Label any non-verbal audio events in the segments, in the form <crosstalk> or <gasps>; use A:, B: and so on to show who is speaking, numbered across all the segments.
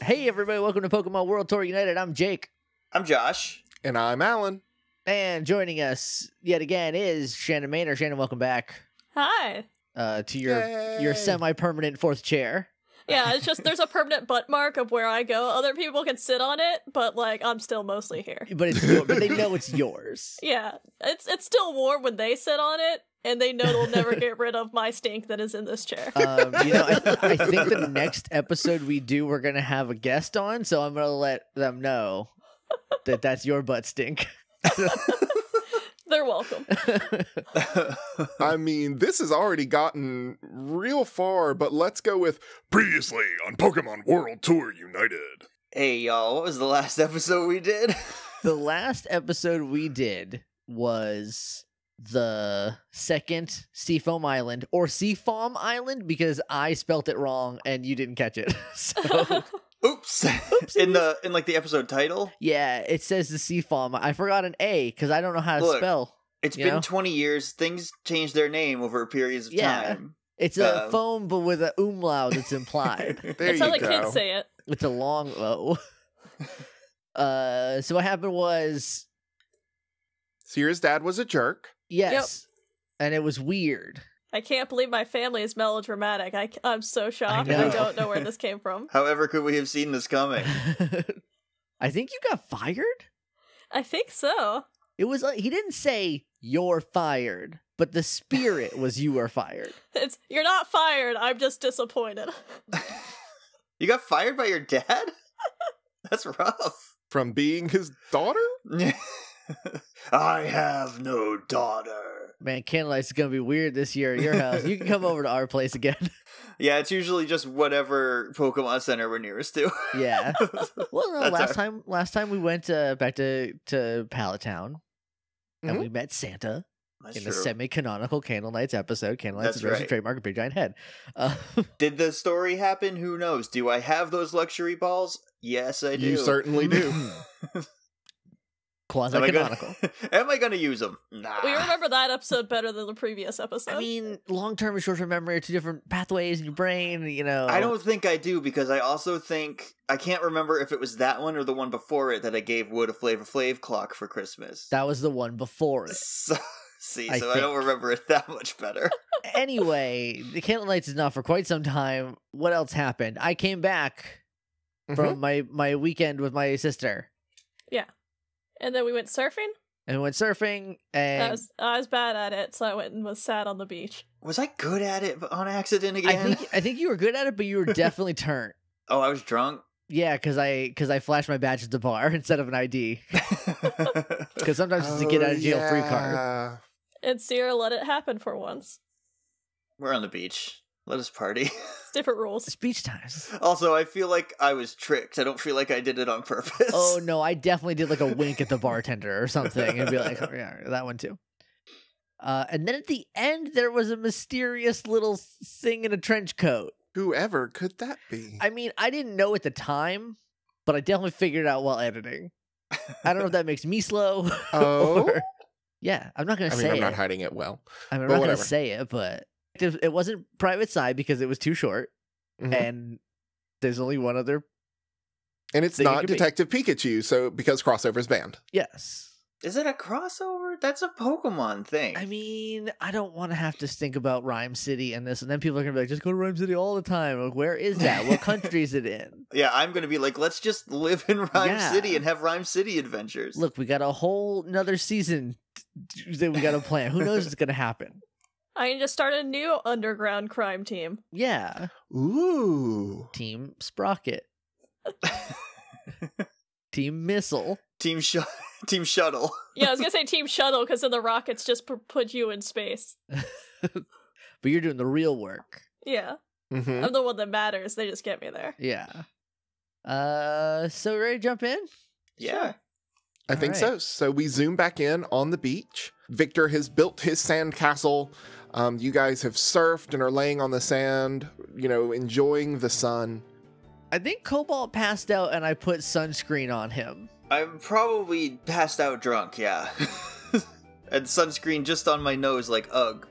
A: Hey, everybody, welcome to Pokemon World Tour United. I'm Jake.
B: I'm Josh. <laughs>
C: And I'm Alan.
A: And joining us yet again is Shannon Maynor. Shannon, welcome back
D: Hi.
A: uh, to your, your
C: Yay.
A: semi permanent fourth chair.
D: Yeah, it's just there's a permanent butt mark of where I go. Other people can sit on it, but like I'm still mostly here.
A: But, it's your, but they know it's yours.
D: Yeah, it's it's still warm when they sit on it, and they know they'll never get rid of my stink that is in this chair.
A: Um, you know, I, I think the next episode we do, we're going to have a guest on. So I'm going to let them know that that's your butt stink.
D: They're welcome.
C: I mean, this has already gotten real far, but let's go with previously on Pokemon World Tour United.
B: hey, y'all. What was the last <laughs> episode we did?
A: the last episode we did was the second Seafoam Island or Seafoam Island because I spelt it wrong and you didn't catch it. <laughs> so
B: <laughs> Oops. in the in like the episode title.
A: yeah, it says the Seafoam. I forgot an A because I don't know how to
B: Look,
A: spell.
B: It's
A: You
B: been
A: know?
B: 20 years. Things changed their name over periods of
A: Yeah.
B: time.
A: It's a
B: um,
A: foam, but with a umlaut that's
B: <laughs>
A: implied.
C: There
D: That's
C: you
D: how the
C: go.
D: kids say it.
A: it's a long O. uh, so what happened was
C: Sierra's dad was a jerk.
A: yes, and it was weird.
D: I can't believe my family is melodramatic. I, am so shocked.
A: know.
D: I don't know where this came from.
B: However, could we have seen this coming?
A: <laughs> I think you got fired.
D: I think so.
A: It was like he didn't say you're fired, but the spirit was you are fired.
D: It's you're not fired. I'm just disappointed.
B: You got fired by your dad? <laughs> That's rough. <laughs>
C: From being his daughter?
B: I have no daughter.
A: <laughs> Man, candlelight's gonna be weird this year at your house. You can come over to our place again.
B: Yeah, it's usually just whatever Pokemon Center we're nearest to.
A: <laughs> yeah. Well, no,
B: <laughs> That's
A: last
B: our-
A: time last time we went uh, back to to Palatown. And
C: Mhm.
A: we met Santa
B: Mm-hmm. That's
A: in the
B: true.
A: semi-canonical Candle Knights episode, Candle Knights
B: That's
A: Adventure
B: right.
A: Trademark of Big Giant Head. Uh, <laughs>
B: Did the story happen? Who knows? Do I have those luxury balls? Yes, I do.
C: You certainly
A: <laughs>
C: do.
B: Am
C: Mm-hmm.
B: I gonna-
A: Quasi-canonical.
B: <laughs> Am I going to use them? Nah.
D: We remember that episode better than the previous episode.
A: I mean, long-term and short-term memory are two different pathways in your brain. You know,
B: I don't think I do because I also think I can't remember if it was that one or the one before it that I gave Wood a Flavor Flav clock for Christmas. <laughs>
A: That was the one before it.
B: So, see,
A: I
B: so I don't
A: think.
B: remember it that much
A: <laughs>
B: better.
A: anyway, the Candlelights is not for quite some time. What else happened? I came back
C: Mhm.
A: from my my weekend with my sister
D: and then we went surfing.
A: and went surfing
D: I
A: and
D: was, I was bad at it, so I went and was sat on the beach.
B: Was I good at it on accident
A: I
B: again? <laughs>
A: think I think you were good at it, but you were definitely turned.
B: oh, I was
A: <laughs>
B: drunk. <laughs>
A: Yeah, because I because I flashed my badge at the bar <laughs> instead of an ID. Because sometimes it's a get
C: Oh,
A: out of jail free card.
C: yeah.
D: And Sierra let it happen for once.
B: We're on the beach. Let us party. <laughs>
D: It's different rules.
A: Speech
C: <laughs>
A: times.
B: Also, I feel like I was tricked. I don't feel like I did it on purpose.
A: Oh no, I definitely did like a wink at the bartender or something, and be like, oh, yeah, that one too. Uh, and then at the end, there was a mysterious little thing in a trench coat.
C: Whoever could that be?
A: I mean, I didn't know at the time, but I definitely figured it out while editing. I don't know if that makes me slow. <laughs>
C: oh,
A: or- yeah, I'm not gonna
C: I mean,
A: say
C: I'm
A: it.
C: not hiding it well.
A: I mean, I'm
C: but
A: not gonna
C: whatever.
A: say it, but it it wasn't private side because it was too short,
C: Mhm.
A: and there's only one other.
C: And it's
A: think it
C: not
A: could be.
C: Detective Pikachu, so because crossover's banned.
A: Yes,
B: Is it a crossover? That's a Pokemon thing.
A: I mean, I don't want to have to think about Rhyme City and this, and then people are gonna be like, just go to Rhyme City all the time. Like, where is that? What country is it in?
C: <laughs>
B: yeah, I'm gonna be like, let's just live in Rhyme
A: Yeah.
B: City and have Rhyme City adventures.
A: Look, we got a whole another season t- t- that we got to plan. Who knows what's gonna happen?
D: I can just start a new underground crime team.
A: Yeah,
C: Ooh.
A: Team Sprocket. Team Missile.
B: <laughs> Team Sh- <laughs> Team Shuttle.
D: Yeah, I was gonna say Team Shuttle because then the rockets just p- put you in space.
A: But you're doing the real work.
D: Yeah,
C: Mhm.
D: I'm the one that matters. They just get me there.
A: Yeah. Uh so ready to jump in?
B: Yeah.
C: I think
A: All
C: so. So we zoom back in on the beach. Victor has built his sand castle. Um, you guys have surfed and are laying on the sand, you know, enjoying the sun.
A: I think Cobalt passed out and I put sunscreen on him. <laughs>
B: I'm probably passed out drunk, yeah. <laughs> and sunscreen just on my nose, like, ugh.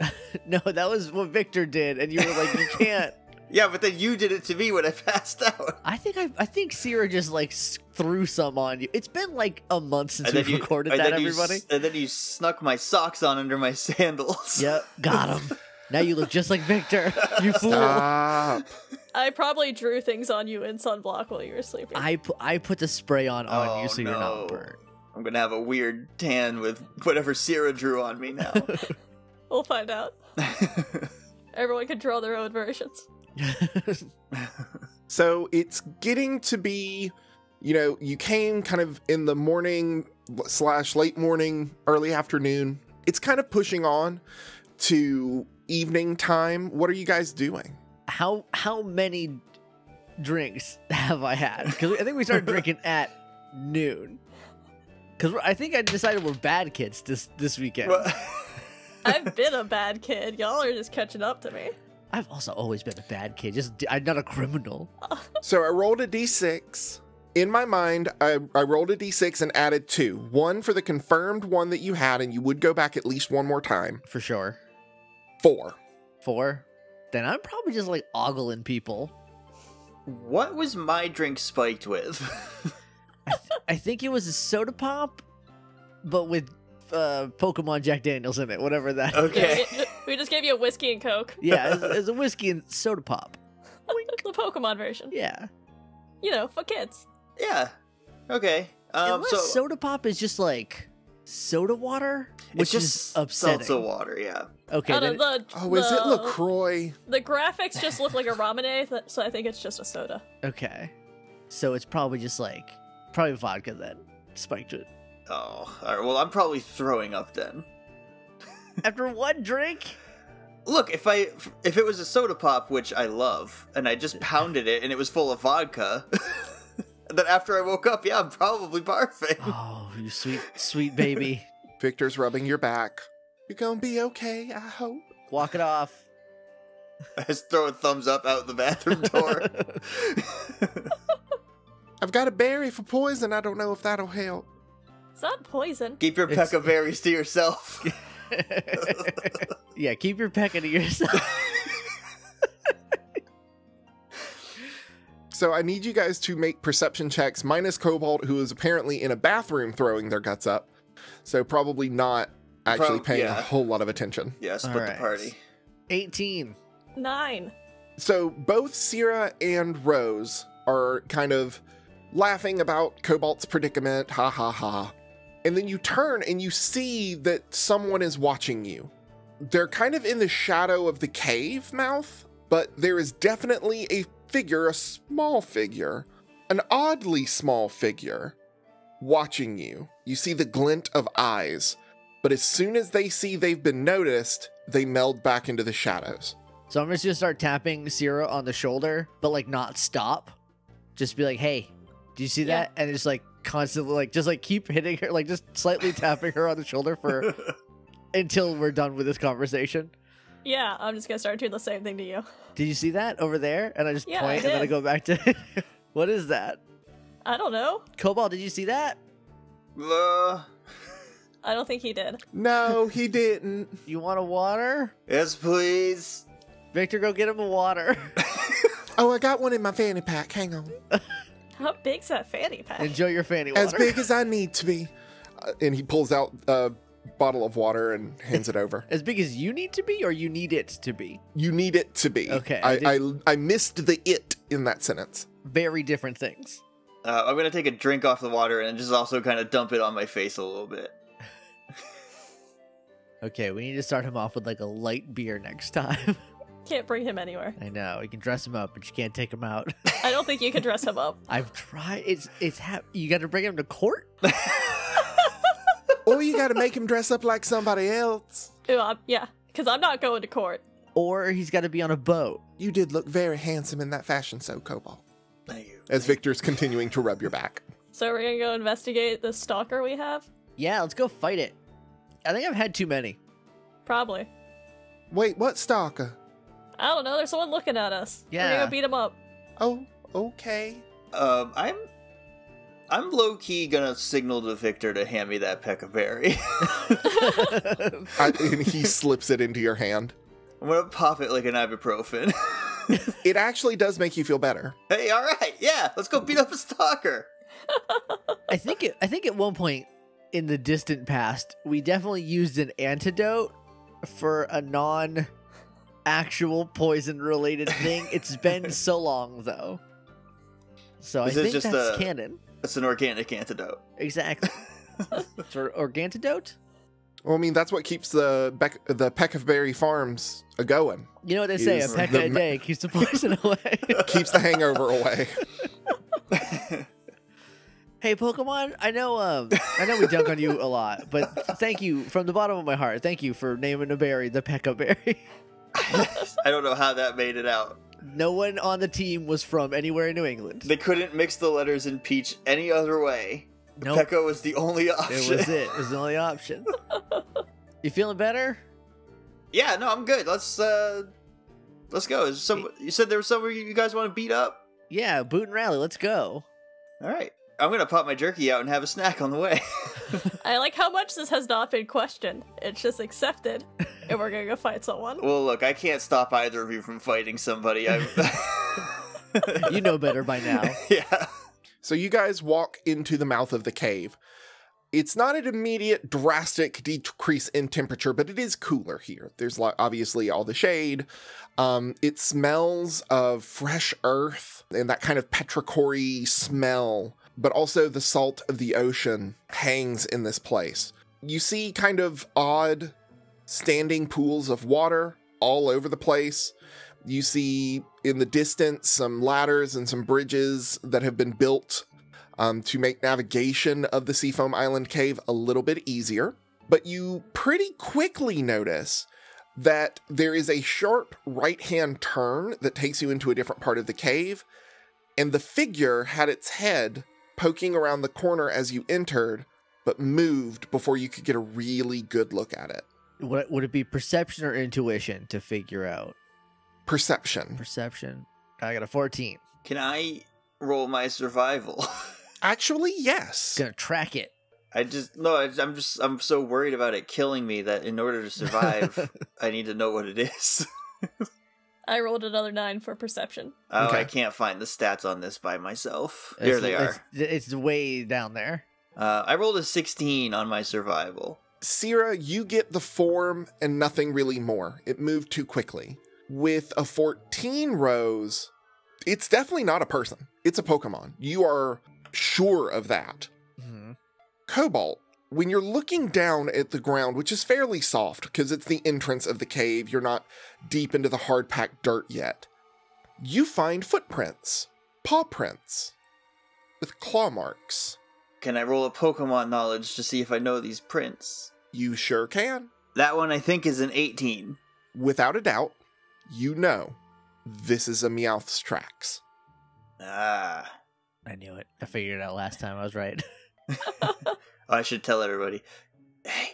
B: <laughs>
A: No, that was what Victor did, and you were like, you can't
B: Yeah, but then you did it to me when I <laughs> passed out.
A: I think I, I think Sierra just like s- threw some on you. It's been like a month since
B: and then
A: we've
B: you
A: recorded
B: and
A: that,
B: then you
A: everybody.
B: s- and then you snuck my socks on under my <laughs> sandals.
A: Yep,
B: <laughs>
A: got him. now you look just like Victor. You fool.
C: Stop.
D: I probably drew things on you in sunblock while you were sleeping.
A: I pu- I put the spray on on
B: Oh,
A: you so you're
B: no.
A: not burnt.
B: I'm gonna have a weird tan with whatever Sierra drew on me
A: <laughs>
B: now.
D: We'll find out. Everyone can draw their own versions.
A: <laughs>
C: So it's getting to be, you know, you came kind of in the morning slash late morning, early afternoon. It's kind of pushing on to evening time. What are you guys doing?
A: how how many drinks <laughs> have I had? Because I think we started drinking at noon. Because I think I decided we're bad kids this this weekend.
B: Well-
D: I've been a bad kid. Y'all are just catching up to me.
A: I've also always been a bad kid. Just I'm not a criminal.
C: So I rolled a d6. In my mind, I, I rolled a d6 and added two. One for the confirmed one that you had, and you would go back at least one more time.
A: For sure.
C: Four.
A: Four. Then I'm probably just like ogling people.
B: what was my drink spiked with? <laughs>
A: I, th- I think it was a soda pop, but with uh, Pokemon Jack Daniels in it, whatever that.
D: Yeah,
B: okay.
D: we, ju- we just gave you a whiskey and coke.
A: <laughs>
D: <laughs>
A: Yeah, it's, it's a whiskey and soda pop.
D: the Pokemon version.
A: Yeah.
D: You know, for kids.
B: Yeah. Okay. Um,
A: Unless
B: so
A: soda pop is just like soda water,
B: it's
A: which
B: just
A: is upsetting.
B: Salsa water. Yeah.
A: Okay,
D: I
A: then
D: don't know, the,
C: Oh, is
D: the,
C: it LaCroix?
D: The graphics just look like a ramen, th- so I think it's just a soda.
A: it- okay. So it's probably just like probably vodka then spiked it.
B: Oh. All right. Well, I'm probably throwing up then.
A: <laughs> After one drink,
B: Look, if I if it was a soda pop, which I love, and I just pounded it, and it was full of vodka, <laughs> then after I woke up, yeah, I'm probably barfing. <laughs>
A: oh, you sweet sweet baby,
C: Victor's rubbing your back. You're gonna be okay, I hope.
A: <laughs> walk it off. <laughs>
B: I just throw a thumbs up out the bathroom door.
C: I've got a berry for poison. I don't know if that'll help.
D: It's not poison.
B: Keep your
A: It's-
B: peck of berries to yourself.
A: <laughs>
B: <laughs>
A: yeah, keep your pecking to yourself.
C: So I need you guys to make perception checks minus Cobalt, who is apparently in a bathroom throwing their guts up. So probably not actually
B: Prob-
C: paying
B: yeah.
C: a whole lot of attention.
B: yeah, split
A: Alright.
B: the party.
A: <laughs> Eighteen.
D: Nine.
C: So both Sierra and Rose are kind of laughing about Cobalt's predicament. Ha ha ha. And then you turn and you see that someone is watching you. They're kind of in the shadow of the cave mouth, but there is definitely a figure, a small figure, an oddly small figure, watching you. You see the glint of eyes, but as soon as they see they've been noticed, they meld back into the shadows.
A: So I'm just gonna start tapping Sierra on the shoulder, but like not stop. Just be like, hey, do you see
D: Yeah.
A: that? And just like constantly like just like keep hitting her, like just slightly tapping her on the shoulder
D: <laughs>
A: for until we're done with this conversation.
D: Yeah, I'm just gonna start doing the same thing to you.
A: Did you see that over there? And I just
D: Yeah, I
A: point, and then I
D: did.
A: go back to <laughs> what is that?
D: I don't know.
A: Cobalt, did you see that?
B: Uh,
D: I don't think he did.
C: No, he didn't.
A: You want a water?
B: yes, please.
A: Victor, go get him a water. <laughs>
C: Oh, I got one in my fanny pack. Hang on.
D: How big's that fanny pack?
A: Enjoy your fanny water.
C: As big as I need to be. Uh, and he pulls out a bottle of water and hands it over.
A: As big as you need to be, or you need it to be.
C: <laughs> You need it to be.
A: Okay, I
C: I, I, I missed the it in that sentence.
A: Very different things.
B: Uh, I'm gonna take a drink off the water and just also kind of dump it on my face a little bit.
A: Okay, we need to start him off with like a light beer next time. <laughs>
D: Can't bring him anywhere.
A: I know you can dress him up, but you can't take him out. <laughs>
D: I don't think you can dress him up.
A: I've tried. It's it's hap- you got to bring him to court. <laughs>
C: Or you got to make him dress up like somebody else.
D: Ooh, I'm, yeah, because I'm not going to court.
A: or he's got to be on a boat.
C: You did look very handsome in that fashion, so Cobalt.
B: Thank you.
C: As Victor's continuing to rub your back.
D: So we're gonna go investigate the stalker we have.
A: Yeah, let's go fight it. I think I've had too many. <laughs>
D: Probably.
C: Wait, what stalker?
D: I don't know. There's someone looking at us. We're
A: Yeah.
D: gonna go beat him up.
C: Oh, okay.
B: Um, I'm, I'm low key gonna signal to Victor to hand me that peck of <laughs> berry.
C: I, and he slips it into your hand.
B: I'm gonna pop it like an ibuprofen. <laughs>
C: It actually does make you feel better.
B: Hey, all right, yeah, let's go beat up a stalker.
A: I think it, I think at one point in the distant past, we definitely used an antidote for a non actual poison related thing. It's
B: <laughs>
A: been so long though. So
B: This
A: I
B: is
A: think
B: just
A: that's
B: a-
A: canon.
B: It's an organic antidote. <laughs>
C: <laughs>
A: Exactly. it's or organtidote?
C: Well, I mean, that's what keeps the Beck- the Peck of Berry Farms a going.
A: You know what they say, a
C: Is
A: peck
C: the
A: a
C: ma-
A: day keeps the
C: <laughs>
A: poison away.
C: Keeps the hangover away.
A: hey Pokemon, I know um I know we dunk on you a lot, but thank you from the bottom of my heart. Thank you for naming a berry the Pekka berry. <laughs>
B: I don't know how that made it out.
A: No one on the team was from anywhere in New England.
B: They couldn't mix the letters in peach any other way.
A: Nope.
B: Pekka was the only
A: It
B: option.
A: was it. It was the only
C: <laughs>
A: option. You feeling better?
B: <laughs> Yeah, no, I'm good. Let's uh let's go. Is some you said there was somewhere you guys want to beat up?
A: Yeah, boot and rally. Let's go.
B: All right. I'm going to pop my jerky out and have a snack on the way. <laughs>
D: I like how much this has not been questioned. It's just accepted, and we're gonna go fight someone.
B: well, look, I can't stop either of you from fighting
A: <laughs>
B: somebody. I <laughs>
A: You know better by
C: <laughs>
A: now.
B: Yeah.
C: So you guys walk into the mouth of the cave. It's not an immediate drastic decrease in temperature, but it is cooler here. There's like obviously all the shade. Um, it smells of fresh earth and that kind of petrichory smell, but also the salt of the ocean hangs in this place. You see kind of odd standing pools of water all over the place. You see in the distance some ladders and some bridges that have been built um, to make navigation of the Seafoam Island cave a little bit easier. But you pretty quickly notice that there is a sharp right hand turn that takes you into a different part of the cave, and the figure had its head poking around the corner as you entered, but moved before you could get a really good look at it.
A: Would, would it be perception or intuition to figure out?
C: Perception.
A: Perception. I got a 14.
B: Can I roll my survival? <laughs>
C: Actually, yes.
A: Gonna track it.
B: I just no, I, I'm just I'm so worried about it killing me that in order
A: <laughs>
B: to survive, I need to know what it is. <laughs>
D: I rolled another nine for perception.
B: Oh,
C: Okay.
B: I can't find the stats on this by myself.
A: It's-
B: Here they
A: it's-
B: are.
A: It's, way down there.
B: Uh, I rolled a 16 on my survival.
C: Sira, you get the form and nothing really more. It moved too quickly. With a 14 rows, it's definitely not a person. It's a Pokemon. You are sure of that.
A: Mhm.
C: Cobalt, when you're looking down at the ground, which is fairly soft because it's the entrance of the cave, you're not deep into the hard packed dirt yet, you find footprints, paw prints, with claw marks.
B: Can I roll a Pokemon knowledge to see if I know these prints?
C: You sure can.
B: That one I think is an 18.
C: without a doubt, you know this is a Meowth's tracks.
B: Ah,
A: I knew it. I figured it out last time. I was right. <laughs>
B: I should tell everybody. Hey,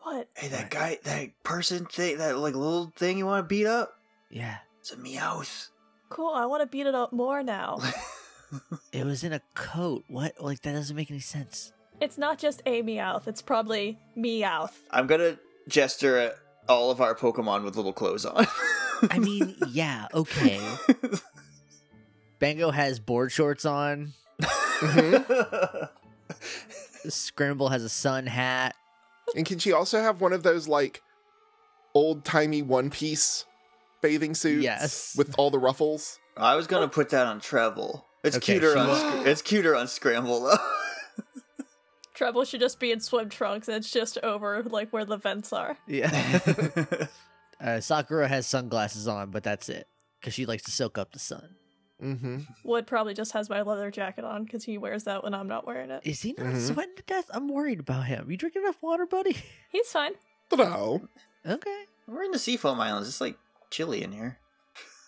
D: What?
B: hey, that
A: What?
B: guy, that person thing, that like little thing you want to beat up,
A: yeah.
B: it's a Meowth. <laughs>
D: Cool. I want to beat it up more now.
A: It was in a coat. What? Like, that doesn't make any sense.
D: It's not just a meowth. It's probably meowth.
B: I'm gonna gesture at all of our Pokemon with little clothes on.
A: <laughs> I
B: <laughs>
A: mean, yeah, okay. Bango has board shorts on. Scramble has a sun hat.
C: And can she also have one of those like old timey one piece bathing suits?
A: Yes.
C: With all the ruffles?
B: I was gonna put that on Treble. It's
A: Okay,
B: cuter
A: she-
B: on Scr- it's cuter on Scramble though. <laughs>
D: Treble should just be in swim trunks, and it's just over like where the vents are.
A: Yeah. <laughs> uh, Sakura has sunglasses on, but that's it because she likes to soak up the sun.
C: Mm-hmm.
D: Wood probably just has my leather jacket on because he wears that when I'm not wearing it.
A: Is he not
B: Mm-hmm.
C: Mhm.
A: sweating to death? I'm worried about him. You drink enough water, buddy? <laughs>
D: He's fine.
C: Hello.
A: Okay.
B: We're in the Seafoam Islands. It's like chilly in here.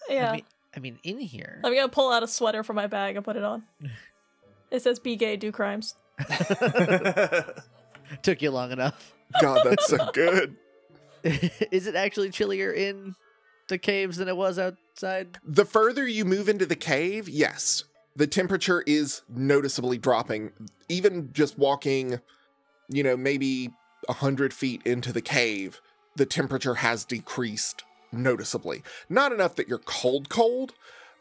D: Yeah.
A: I mean, I mean in here.
D: I'm gonna pull out a sweater from my bag and put it on. it says "Be gay, do crimes."
A: <laughs>
B: <laughs>
A: Took you long enough.
C: God, that's so good.
A: <laughs> Is it actually chillier in the caves than it was outside?
C: The further you move into the cave, yes, the temperature is noticeably dropping. Even just walking, you know, maybe a hundred feet into the cave, the temperature has decreased noticeably. Not enough that you're cold, cold,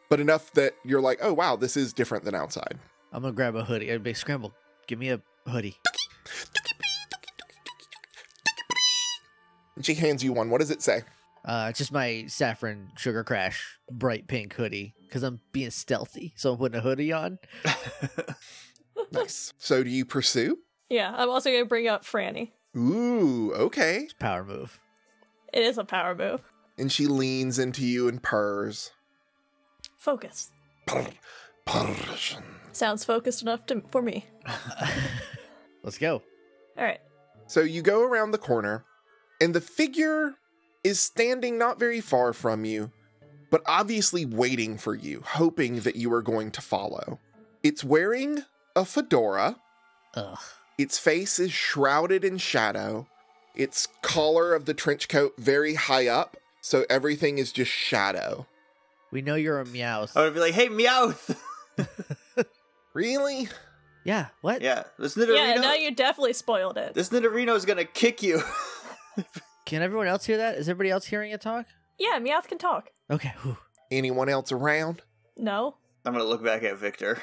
C: but enough that you're like, oh, wow, this is different than outside.
A: I'm gonna grab a hoodie. I'd be scrambled. Give me a hoodie.
C: And she hands you one. What does it say?
A: Uh, it's just my saffron sugar crash bright pink hoodie because I'm being stealthy, so I'm putting a hoodie on.
C: Nice. so do you pursue?
D: Yeah, I'm also gonna bring up Franny.
C: Ooh, okay.
A: It's a power move. <laughs>
D: It is a power move.
C: And she leans into you and purrs.
D: Focus.
C: Purr, purrs.
D: Sounds focused enough to, for me.
A: Let's go.
D: All right.
C: So you go around the corner, and the figure is standing not very far from you, but obviously waiting for you, hoping that you are going to follow. It's wearing a fedora.
A: Ugh.
C: Its face is shrouded in shadow. Its collar of the trench coat very high up, so everything is just shadow.
A: We know you're a meows.
B: I would be like, "Hey, Meowth."
C: Really?
A: Yeah. What?
B: yeah, this
D: Yeah,
B: Nidorino.
D: now you definitely spoiled it.
B: this Nidorino is gonna kick you. <laughs>
A: Can everyone else hear that? Is everybody else hearing it talk?
D: Yeah, Meowth can talk.
A: Okay. whew.
C: Anyone else around?
D: No.
B: I'm gonna look back at Victor.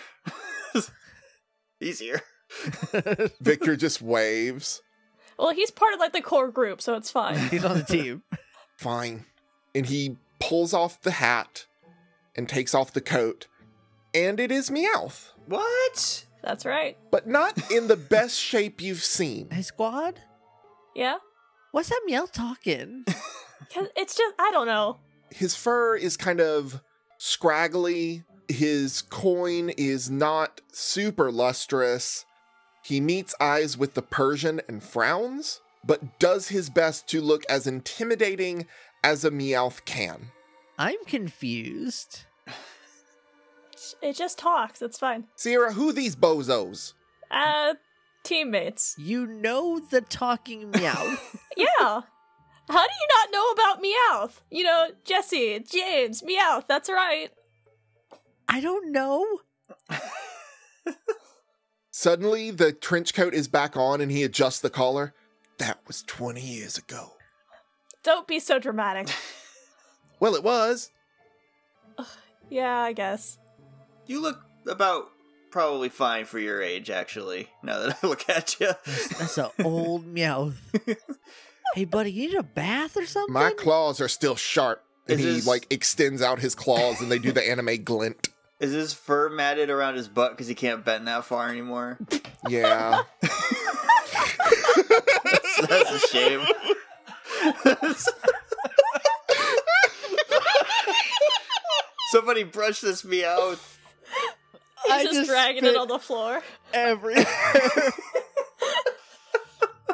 B: Easier.
C: Victor just waves.
D: Well, he's part of like the core group, so
A: <laughs>
D: it's fine.
A: He's on the team.
C: Fine. And he pulls off the hat and takes off the coat. And it is Meowth,
B: What?
D: That's right.
C: but not in the best shape you've seen.
A: hey, squad.
D: Yeah.
A: What's that meow talking?
D: 'Cause It's just I don't know.
C: his fur is kind of scraggly. His coin is not super lustrous. He meets eyes with the Persian and frowns, but does his best to look as intimidating as a Meowth can.
A: I'm confused.
D: It just talks. It's fine.
C: Sierra, who these bozos?
D: Uh, teammates.
A: You know the
C: <laughs>
A: talking meow.
D: Yeah. How do you not know about Meowth? You know, Jesse, James, Meowth. That's right.
A: I don't know.
C: Suddenly, the trench coat is back on and he adjusts the collar. That was 20 years ago.
D: Don't be so dramatic.
C: Well, it was.
D: Yeah, I guess.
B: You look about probably fine for your age, actually. Now that I look at you,
A: That's an old
C: <laughs>
A: meow. hey, buddy, you need a bath or something?
C: My claws are still sharp. And
B: Is
C: he
B: this-
C: like extends out his claws and
A: <laughs>
C: they do the anime glint.
B: is his fur matted around his butt because he can't bend that far anymore?
C: Yeah.
B: That's a shame. Somebody brush this me out.
D: He's
A: I
D: just,
A: just
D: dragging
A: spit-
D: it on the floor.
A: everywhere. <laughs>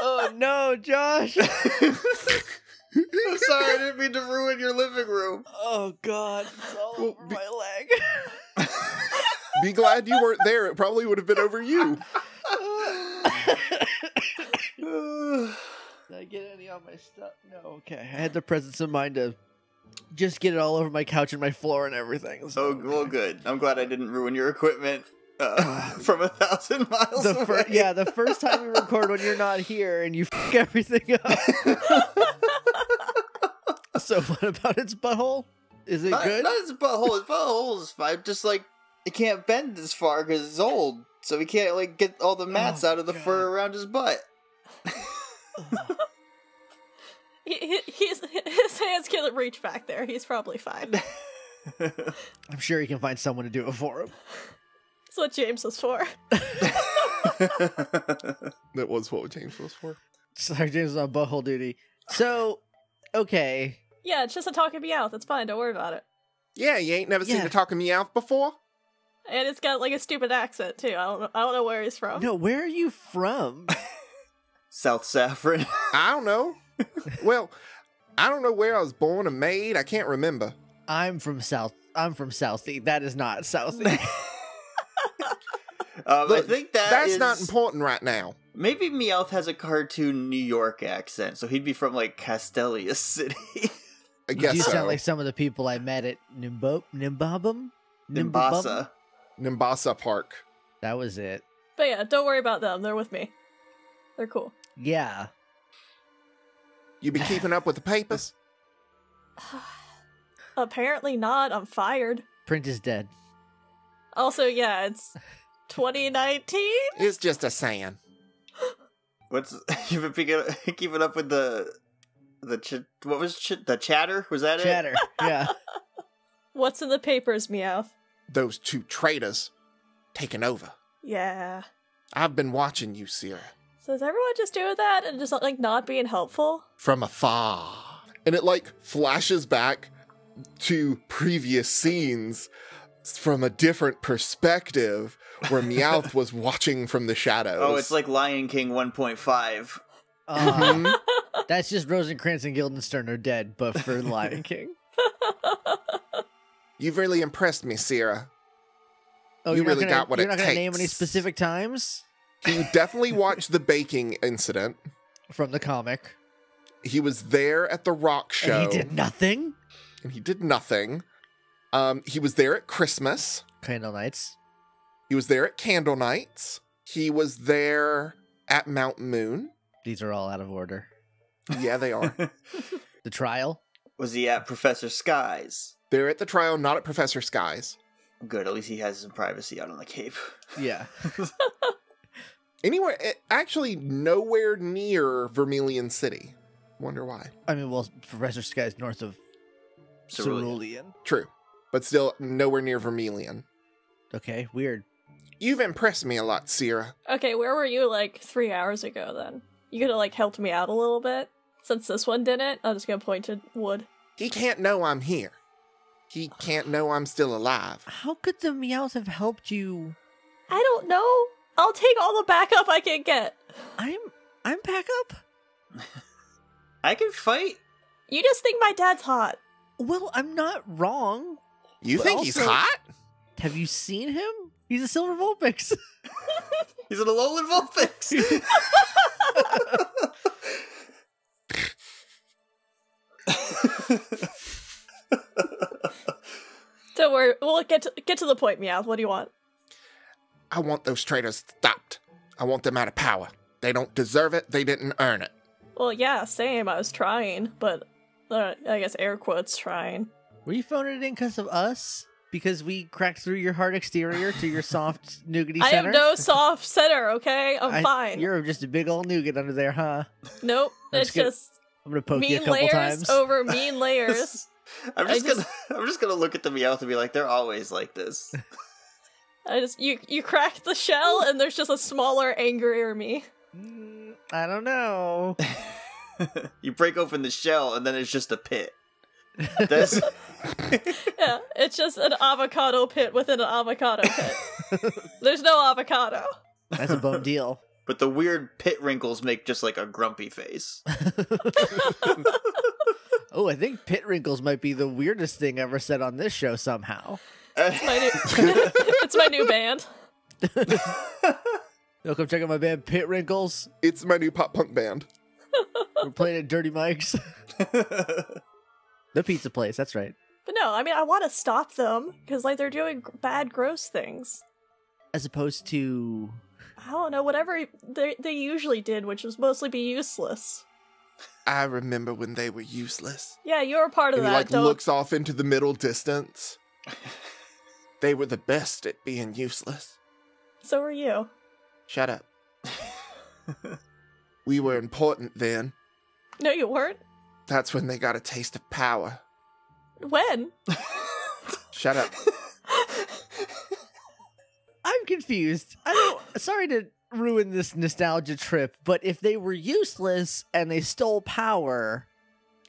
A: oh no,
C: <laughs>
A: Josh.
B: I'm sorry, I didn't mean to ruin your living room.
A: Oh god, it's all
C: Well,
A: over
C: be-
A: my leg.
C: Be glad you weren't there. It probably would have been over you.
A: Did I get any on my stuff? No, okay. I had the presence of mind to just get it all over my couch and my floor and everything.
C: Oh,
B: So well, good. I'm glad I didn't ruin your equipment
A: <sighs>
B: uh, from a thousand miles
A: The
B: <laughs> away.
A: fir- yeah, the first time we record when you're not here and you <laughs> f- everything up. <laughs> so what about its butthole? Is it
B: not,
A: good?
B: not his butthole. His butthole is fine. Just like it can't bend as far because it's old, so he can't like get all the mats
A: Oh,
B: out of the fur around
A: <laughs>
B: his butt. <laughs>
D: He, he, he's, his hands can reach back there. He's probably fine. That's
A: I'm sure he can find someone to do it for him. <laughs>
D: what James was for.
C: That was what James was for.
A: Sorry, James is on butthole duty. So, okay.
D: Yeah, it's just a talking Meowth. It's fine. Don't worry about it.
C: Yeah, you ain't never seen
A: Yeah.
C: a talking meowth before.
D: And it's got like a stupid accent too. I don't know. I don't know where he's from.
A: No, where are you from?
B: South Saffron.
C: I
A: <laughs>
C: don't know. well, I don't know where I was born and made. I can't remember.
A: I'm from South. I'm from Southie. That is not
B: <laughs>
A: Southie.
B: Um,
C: Look,
B: I think that
C: That's
B: is-
C: not important right now.
B: Maybe Meowth has a cartoon New York accent, so he'd be from like Castelia City.
C: I
A: you
C: guess
A: do
C: so.
A: sound like some of the people I met at Nimbo Nimbabum.
B: Nimbasa.
C: Nimbasa Park.
A: That was it.
D: But yeah, don't worry about them. They're with me. They're cool. <sighs>
A: Yeah.
C: You be keeping up with the papers?
D: Apparently not. I'm fired.
A: Print is dead.
D: Also, yeah, it's 2019.
C: It's just a saying.
B: What's <laughs> you've been picking, keeping up with the the ch- what was ch- the chatter? Was that
A: Chatter.
B: <laughs>
A: Yeah.
D: What's in the papers, Meowth?
C: Those two traitors taking over.
D: Yeah.
C: I've been watching you, Sierra,
D: So is everyone just doing that and just like not being helpful?
C: from afar. And it like flashes back to previous scenes from a different perspective
A: <laughs>
C: where Meowth was watching from the shadows.
B: it? Oh, it's like Lion King 1.5.
A: Uh,
C: Mhm.
A: that's just Rosencrantz and Guildenstern are dead, but
C: <laughs>
A: for Lion King.
C: You've really impressed me, Sierra.
A: Oh,
C: You
A: you're not
C: really
A: gonna-
C: got what
A: You're
C: it
A: not gonna name any
C: takes.
A: specific times
C: He definitely watched the baking incident.
A: from the comic.
C: He was there at the rock show.
A: And he did nothing.
C: and he did nothing. Um, he was there at Christmas.
A: Candle Nights.
C: He was there at Candle Nights. He was there at Mount Moon.
A: These are all out of order.
C: Yeah, they <laughs> are.
A: The trial.
B: <laughs> was he at Professor Sky's?
C: They're at the trial, not at Professor Sky's.
B: Good, at least he has some privacy out on the cape.
A: Yeah. <laughs>
C: Anywhere, eh, actually, nowhere near Vermilion City. Wonder why.
A: I mean, well, Professor Sky's north of
B: Cerulean.
A: Cerulean.
C: True, but still nowhere near Vermilion.
A: Okay, weird.
C: You've impressed me a lot, Sierra.
D: Okay, where were you like three hours ago then? You could have like helped me out a little bit. Since this one didn't, I'm just gonna point to Wood.
C: He can't know I'm here. He can't know I'm still alive.
A: How could the Meowth have helped you?
D: I don't know. I'll take all the backup I can get.
A: I'm I'm back up.
B: I can fight.
D: You just think my dad's hot.
A: Well, I'm not wrong.
C: You
A: But
C: think he's
A: also-
C: hot?
A: Have you seen him? He's a silver Vulpix. <laughs>
B: He's an Alolan Vulpix.
D: Don't worry. We'll get to, get to the point, Meowth. What do you want?
C: I want those traitors stopped. I want them out of power. They don't deserve it. They didn't earn it.
D: Well, yeah, same. I was trying, but uh, I guess air quotes trying.
A: Were you phoning it in because of us? Because we cracked through your hard exterior to your
D: <laughs>
A: soft nougaty
D: I
A: center. <laughs>
D: am no soft center, okay? I'm
A: I-
D: fine.
A: You're just a big old nougat under there, huh?
D: Nope.
A: I'm
D: It's
A: just gonna
D: just
A: I'm gonna poke you a
D: mean
A: couple
D: layers
A: times. <laughs>
D: over mean layers.
B: <laughs> I'm
D: I
B: just,
D: just-
B: gonna <laughs> I'm just gonna look at the Meowth and be like, they're always like this.
D: I just you you crack the shell and there's just a smaller, angrier me. <laughs>
A: Mm, I don't know.
B: you break open the shell and then it's just a pit. That's
D: Yeah, it's just an avocado pit within an avocado pit.
A: <laughs>
D: there's no avocado.
A: That's a bum deal.
B: but the weird pit wrinkles make just like a grumpy face.
A: Oh, I think pit wrinkles might be the weirdest thing ever said on this show somehow.
D: My new, <laughs> it's my new band.
A: Yo, come check out my band Pit Wrinkles.
C: It's my new pop punk band.
A: We're playing at Dirty Mike's. the pizza place, that's right.
D: But no, I mean I want to stop them because like they're doing g- bad, gross things.
A: As opposed to
D: I don't know whatever they they usually did, which was mostly be useless.
C: I remember when they were useless.
D: Yeah, you're a part of
C: And he
D: that.
C: like
D: don't
C: looks off into the middle distance. they were the best at being useless.
D: So are you.
C: Shut up. we were important then.
D: No, you weren't.
C: That's when they got a taste of power.
D: When?
C: Shut up.
A: I'm confused. I don't sorry to ruin this nostalgia trip, but if they were useless and they stole power,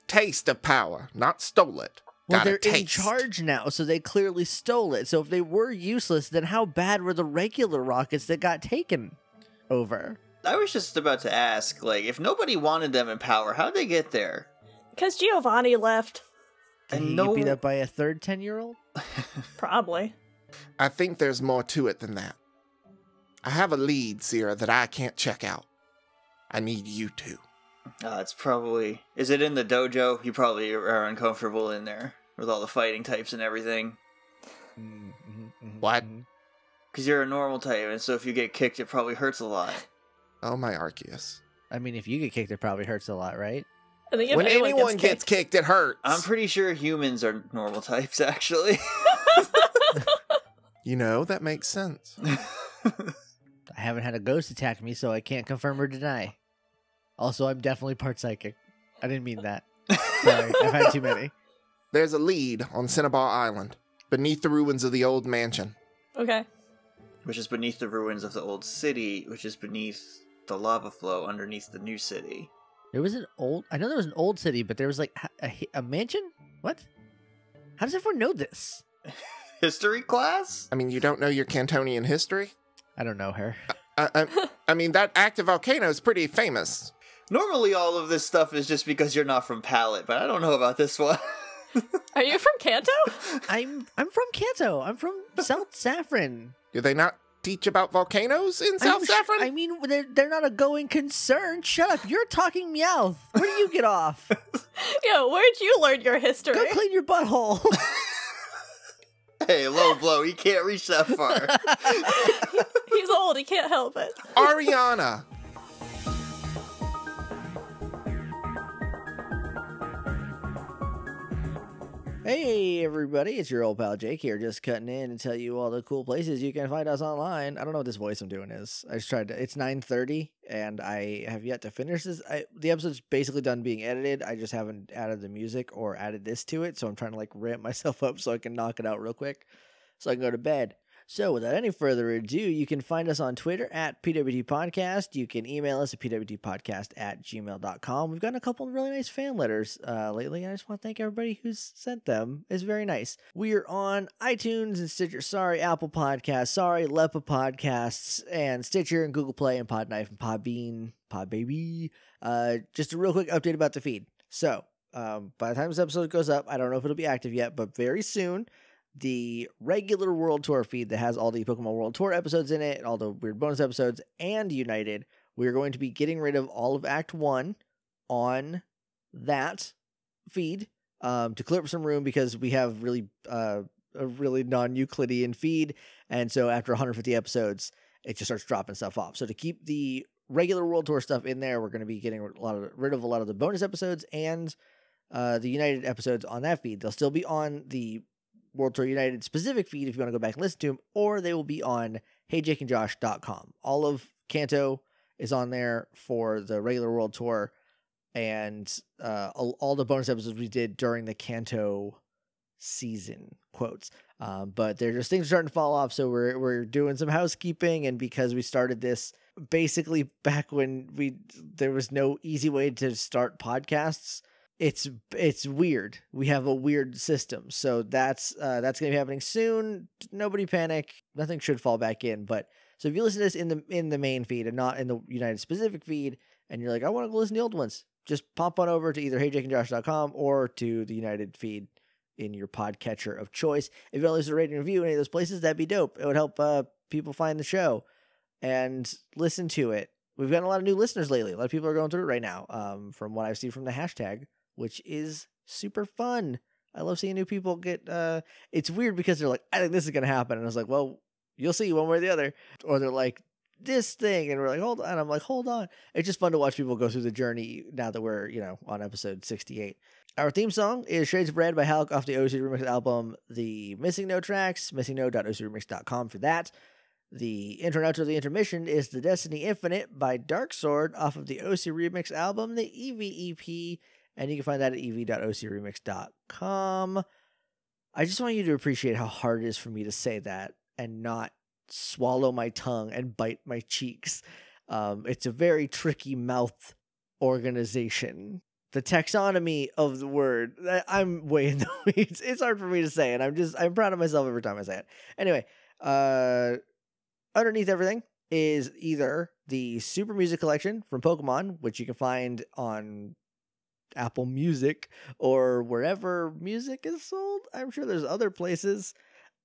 C: taste of power, not stole it.
A: well
C: Got a
A: they're in
C: taste.
A: charge now, so they clearly stole it. So if they were useless, then how bad were the regular rockets that got taken over?
B: <laughs> I was just about to ask, like, if nobody wanted them in power, how'd they get there?
D: Because Giovanni left.
A: Did
B: And
A: he get
B: no-
A: beat up by a third ten year old?
D: Probably.
C: I think there's more to it than that. I have a lead, Sierra, that I can't check out. I need you to.
B: Uh, it's probably. Is it in the dojo? You probably are uncomfortable in there with all the fighting types and everything. Mm-hmm,
C: What?
B: Because you're a normal type, and so if you get kicked, it probably hurts a lot.
C: Oh, my Arceus.
A: I mean, if you get kicked, it probably hurts a lot, right?
D: I think if
C: when
D: anyone,
C: gets, kicked, it hurts.
B: I'm pretty sure humans are normal types, actually. <laughs>
C: you know, that makes sense.
A: I haven't had a ghost attack me, so I can't confirm or deny. Also, I'm definitely part psychic. I didn't mean that. Sorry, I've had too many.
C: There's a lead on Cinnabar Island, beneath the ruins of the old mansion.
D: okay,
B: which is beneath the ruins of the old city, which is beneath the lava flow underneath the new city.
A: There was an old. I know there was an old city, but there was like h- a, hi- a mansion. What? How does everyone know this?
B: History class?
C: I mean, you don't know your Cantonian history?
A: I don't know
C: <laughs>
A: her.
C: I,
A: <laughs>
C: I, I mean, that active volcano is pretty famous.
B: Normally, all of this stuff is just because you're not from Palette, but I don't know about this one. <laughs>
D: are you from Kanto? <laughs>
A: I'm I'm from Kanto. I'm from South Saffron.
C: Do they not teach about volcanoes in
A: I'm
C: South
A: sh-
C: Saffron?
A: I mean, they're, they're not a going concern. Shut up. You're talking meowth. Where do you get
C: <laughs>
A: off?
D: yeah, where'd you learn your history?
A: Go clean your butthole.
B: hey, low blow, you can't reach
A: <laughs>
B: that far.
D: <laughs> He's old; he can't help it.
C: Ariana.
A: Hey everybody, it's your old pal Jake here, just cutting in to tell you all the cool places you can find us online. I don't know what this voice I'm doing is. I just tried to. It's 9:30, and I have yet to finish this. I, the episode's basically done being edited. I just haven't added the music or added this to it, so I'm trying to like ramp <laughs> myself up so I can knock it out real quick, so I can go to bed. So, without any further ado, you can find us on Twitter at PWT Podcast. You can email us at PWTpodcast at gmail.com. We've gotten a couple of really nice fan letters uh, lately, and I just want to thank everybody who's sent them. It's very nice. We are on iTunes and Stitcher, sorry, Apple Podcasts, sorry, Lepa Podcasts, and Stitcher and Google Play and Podknife and Podbean, Podbaby. Uh, just a real quick update about the feed. So, um, by the time this episode goes up, I don't know if it'll be active yet, but very soon the regular World Tour feed that has all the Pokemon World Tour episodes in it, all the weird bonus episodes, and United. We're going to be getting rid of all of Act One on that feed um, to clear up some room because we have really uh, a really non-Euclidean feed, and so after 150 episodes, it just starts dropping stuff off. So to keep the regular World Tour stuff in there, we're going to be getting a lot of rid of a lot of the bonus episodes and uh, the United episodes on that feed. They'll still be on the World Tour United specific feed if you want to go back and listen to them, or they will be on heyjakeandjosh.com. All of Canto is on there for the regular World Tour, and uh, all, all the bonus episodes we did during the Canto season quotes. Um, but they're just things are starting to fall off, so we're we're doing some housekeeping, and because we started this basically back when we there was no easy way to start podcasts it's it's weird. We have a weird system, so that's uh, that's gonna be happening soon. Nobody panic. Nothing should fall back in. But so if you listen to this in the in the main feed and not in the United specific feed, and you're like, I want to go listen to the old ones, just pop on over to either heyjakeandjosh.com or to the United feed in your podcatcher of choice. If you want to listen to rate and review in any of those places, that'd be dope. It would help uh, people find the show and listen to it. We've gotten a lot of new listeners lately. A lot of people are going through it right now. Um, from what I've seen from the hashtag which is super fun. I love seeing new people get uh it's weird because they're like, I think this is gonna happen. And I was like, Well, you'll see one way or the other. Or they're like, this thing, and we're like, hold on. And I'm like, hold on. It's just fun to watch people go through the journey now that we're, you know, on episode 68. Our theme song is Shades of Red by Halleck off the OC Remix album, the Missing No tracks, missingno.ocremix.com for that. The intro and outro of the intermission is The Destiny Infinite by Dark Sword off of the OC Remix album, the E EVEP and you can find that at ev.ocremix.com. I just want you to appreciate how hard it is for me to say that and not swallow my tongue and bite my cheeks. Um, it's a very tricky mouth organization. The taxonomy of the word, I- I'm way in the <laughs> weeds. It's hard for me to say, and I'm just, I'm proud of myself every time I say it. Anyway, uh, underneath everything is either the Super Music Collection from Pokemon, which you can find on Apple Music or wherever music is sold. I'm sure there's other places.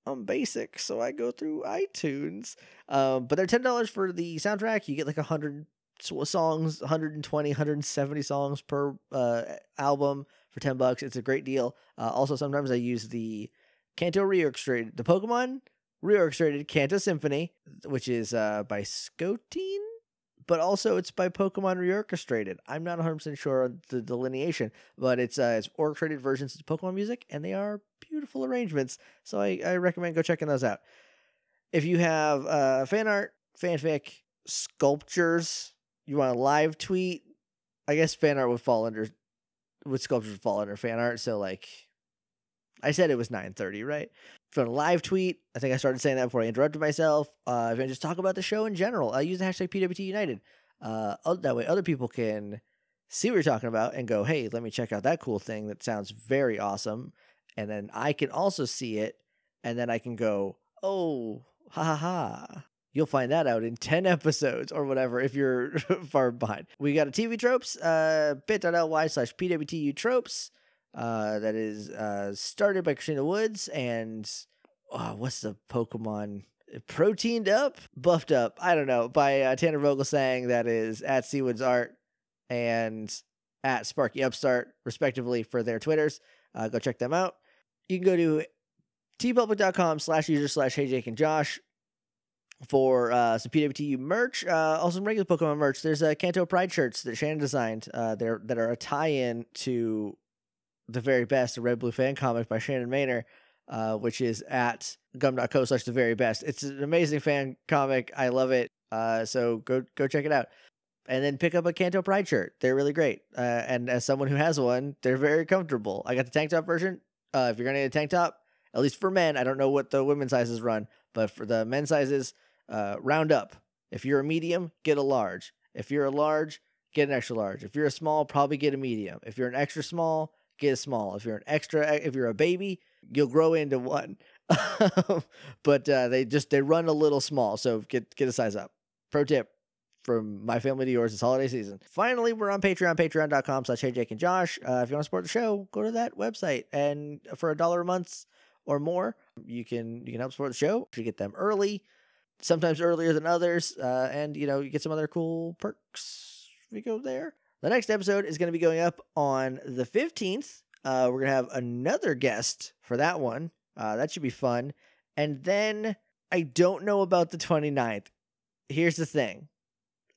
A: I'm basic, so I go through iTunes. Um, but they're ten dollars for the soundtrack. You get like a hundred s- songs, 120, 170 songs per uh, album for ten bucks. It's a great deal. Uh, also, sometimes I use the Canto reorchestrated, the Pokemon reorchestrated Canto Symphony, which is uh, by Scotine but also it's by Pokemon Reorchestrated. I'm not 100% sure on the delineation, but it's uh, it's orchestrated versions of Pokemon music, and they are beautiful arrangements. So I, I recommend go checking those out. If you have uh, fan art, fanfic, sculptures, you want a live tweet, I guess fan art would fall under, would sculptures would fall under fan art. So like, I said it was 9:30, right? If you want a live tweet, I think I started saying that before I interrupted myself. Uh, if you want to just talk about the show in general, I use the hashtag PWT United. Uh, oth- that way, other people can see what you're talking about and go, "Hey, let me check out that cool thing that sounds very awesome," and then I can also see it, and then I can go, "Oh, ha ha ha." You'll find that out in 10 <laughs> episodes or whatever if you're <laughs> far behind. We got a TV tropes, uh, bit.ly slash PWTU tropes uh, that is uh, started by Christina Woods and uh, what's the Pokemon? uh, Proteined up, buffed up. I don't know. By uh, Tanner Vogelsang, that is at Seawoods Art and at Sparky Upstart, respectively, for their Twitters. Uh, go check them out. You can go to tpublic.com slash user slash hey Jake and Josh for uh, some PWTU merch, uh, also some regular Pokemon merch. There's uh, Kanto Pride shirts that Shannon designed uh, that, are, that are a tie in to the very best, a Red Blue fan comic by Shannon Maynor, uh, which is at gum.co slash the very best. It's an amazing fan comic. I love it. Uh, so go go check it out. And then pick up a Canto Pride shirt. They're really great. Uh, and as someone who has one, they're very comfortable. I got the tank top version. Uh, if you're going to get a tank top, at least for men, I don't know what the women's sizes run, but for the men's sizes, uh, round up. If you're a medium, get a large. If you're a large, get an extra large. If you're a small, probably get a medium. If you're an extra small, get small. If you're an extra, e, if you're a baby, you'll grow into one. <laughs> but uh, they just they run a little small, so get get a size up. Pro tip from my family to yours this holiday season. Finally, we're on Patreon, patreon.com slash hey Jake and Josh. Uh, if you want to support the show, go to that website and for a dollar a month or more, you can you can help support the show. You get them early, sometimes earlier than others, uh, and you know you get some other cool perks. We go there. The next episode is going to be going up on the 15th. Uh, we're going to have another guest for that one. Uh, that should be fun. And then I don't know about the 29th. Here's the thing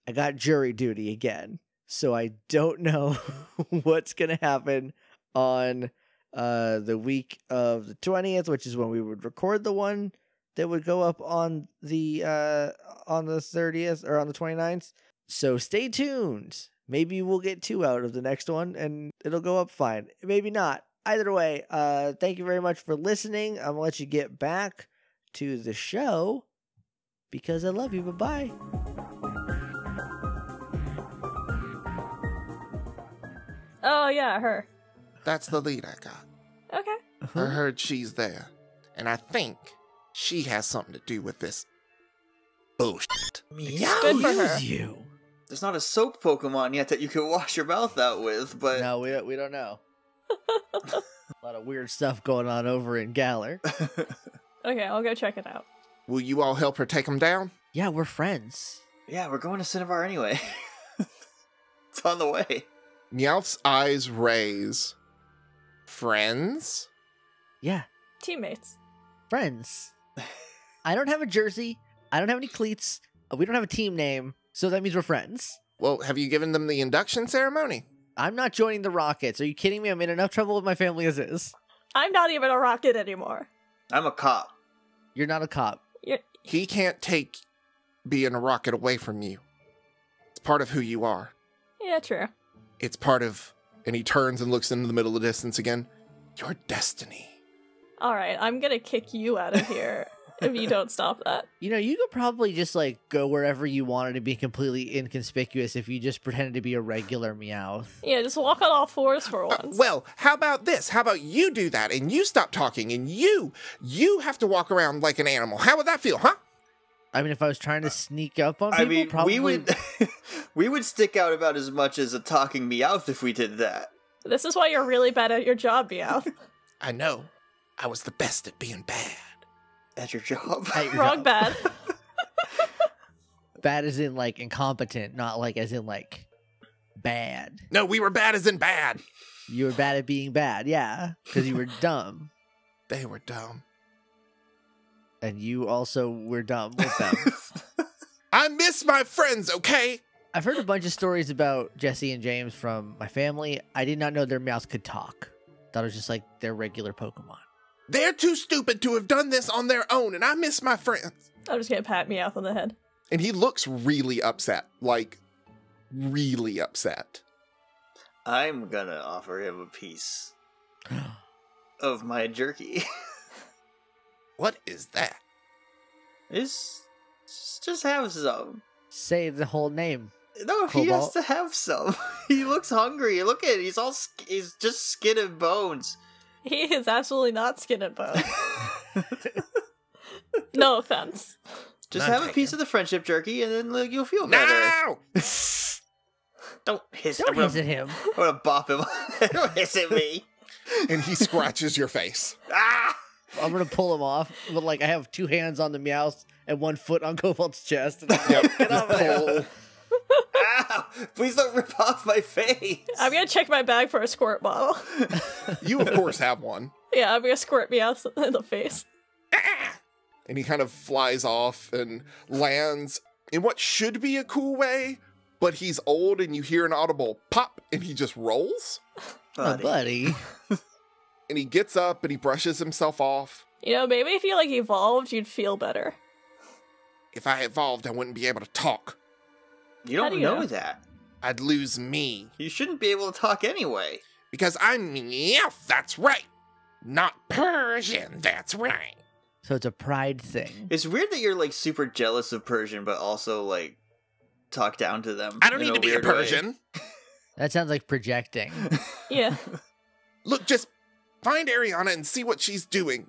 A: I got jury duty again. So I don't know <laughs> what's going to happen on uh, the week of the 20th, which is when we would record the one that would go up on the uh, on the 30th or on the 29th. So stay tuned. Maybe we'll get two out of the next one and it'll go up fine. Maybe not. Either way, uh, thank you very much for listening. I'm going to let you get back to the show because I love you. Bye bye.
D: Oh yeah, her.
C: That's the lead I got.
D: Okay.
C: I
A: Uh-huh.
C: heard she's there. And I think she has something to do with this bullshit.
D: Good for her.
A: Excuse you.
B: There's not a soap Pokemon yet that you can wash your mouth out with, but
A: No, we, we don't <laughs> know. a lot of weird stuff going on over in Galler.
D: Okay, I'll go check it out.
C: Will you all help her take him down?
A: Yeah, we're friends.
B: <laughs> yeah, we're going to Cinnabar anyway. <laughs> it's on the way.
C: Meowth's eyes raise. Friends?
A: Yeah,
D: Teammates.
A: <laughs> friends. I don't have a jersey. I don't have any cleats. Uh, We don't have a team name. So that means we're friends.
C: Well, have you given them the induction ceremony?
A: I'm not joining the Rockets. Are you kidding me? I'm in enough trouble with my family as is.
D: I'm not even a rocket anymore.
B: I'm a cop.
A: You're not a cop.
D: You're-
C: He can't take being a rocket away from you. It's part of who you are.
D: yeah, true.
C: It's part of. And he turns and looks into the middle of the distance again. Your destiny.
D: All right, I'm gonna kick you out of
C: <laughs>
D: here if you don't stop that.
A: You know, you could probably just like go wherever you wanted to be completely inconspicuous if you just pretended to be a regular Meowth.
D: Yeah, just walk on all fours for
C: Uh,
D: once.
C: well, how about this? How about you do that and you stop talking and you you have to walk around like an animal. How would that feel, huh?
A: I mean, if I was trying to sneak up on
B: I
A: people,
B: mean,
A: probably
B: we would <laughs> we would stick out about as much as a talking meowth if we did that.
D: This is why you're really bad at your job,
C: <laughs>
D: Meowth.
C: I know. I was the best at being bad.
B: At your job. <laughs>
A: At your
D: Wrong
A: job.
D: bad.
A: <laughs> bad as in like incompetent, not like as in like bad.
C: No, we were bad as in bad.
A: You were bad at being bad, yeah, because you
B: <laughs>
A: were dumb,
C: They were dumb.
A: and you also were dumb with them.
C: I miss my friends, okay?
A: I've heard a bunch of stories about Jesse and James from my family. I did not know their mouths could talk. Thought it was just like their regular Pokemon.
C: They're too stupid to have done this on their own, and I miss my friends.
D: I'm just gonna pat Meowth on the head.
C: And he looks really upset, like really upset.
B: I'm gonna offer him
A: <gasps>
B: a piece of my jerky.
C: What is that?
B: It's just, just have some.
A: Say the whole name.
B: No, he has
A: Cobalt.
B: to have some. <laughs> he looks hungry. Look at it. He's all sk- he's just skin and bones.
D: He is absolutely not skin
C: <laughs>
D: and bone. no offense.
B: Just
C: None
B: have a piece
C: taken.
B: of the friendship jerky, and then like, you'll feel better.
C: No!
B: Don't hiss.
A: Don't
B: I'm, gonna,
A: hiss at him.
B: I'm gonna bop him. <laughs> Don't hiss at me.
C: <laughs> and he scratches your face.
B: Ah!
A: I'm gonna pull him off, but like I have two hands on the Meowth and one foot on <laughs> Cobalt's chest.
C: Yep.
A: Get off of there.
C: Pull.
B: Ow! Please don't rip off my face.
D: I'm gonna check my bag for a squirt bottle. <laughs>
C: You of course have one.
D: Yeah, I'm gonna squirt Meowth <laughs> in the face.
C: Ah! and he kind of flies off and lands in what should be a cool way, but he's old and you hear an audible pop and he just rolls
A: Oh, buddy.
C: and he gets up and he brushes himself off.
D: You know, maybe if you like evolved, you'd feel better.
C: If I evolved, I wouldn't be able to talk.
B: You
D: How
B: don't
D: do you
B: know,
D: know?
B: that.
C: I'd lose me
B: You shouldn't be able to talk anyway.
C: because I'm Meowth, that's right. Not Persian, that's right.
A: So it's a pride thing.
B: It's weird that you're like super jealous of Persian, but also like talk down to them.
C: I don't
B: in
C: need to be a
B: weird way.
C: Persian.
A: That sounds like projecting.
C: <laughs>
D: Yeah.
C: Look, just find Ariana and see what she's doing.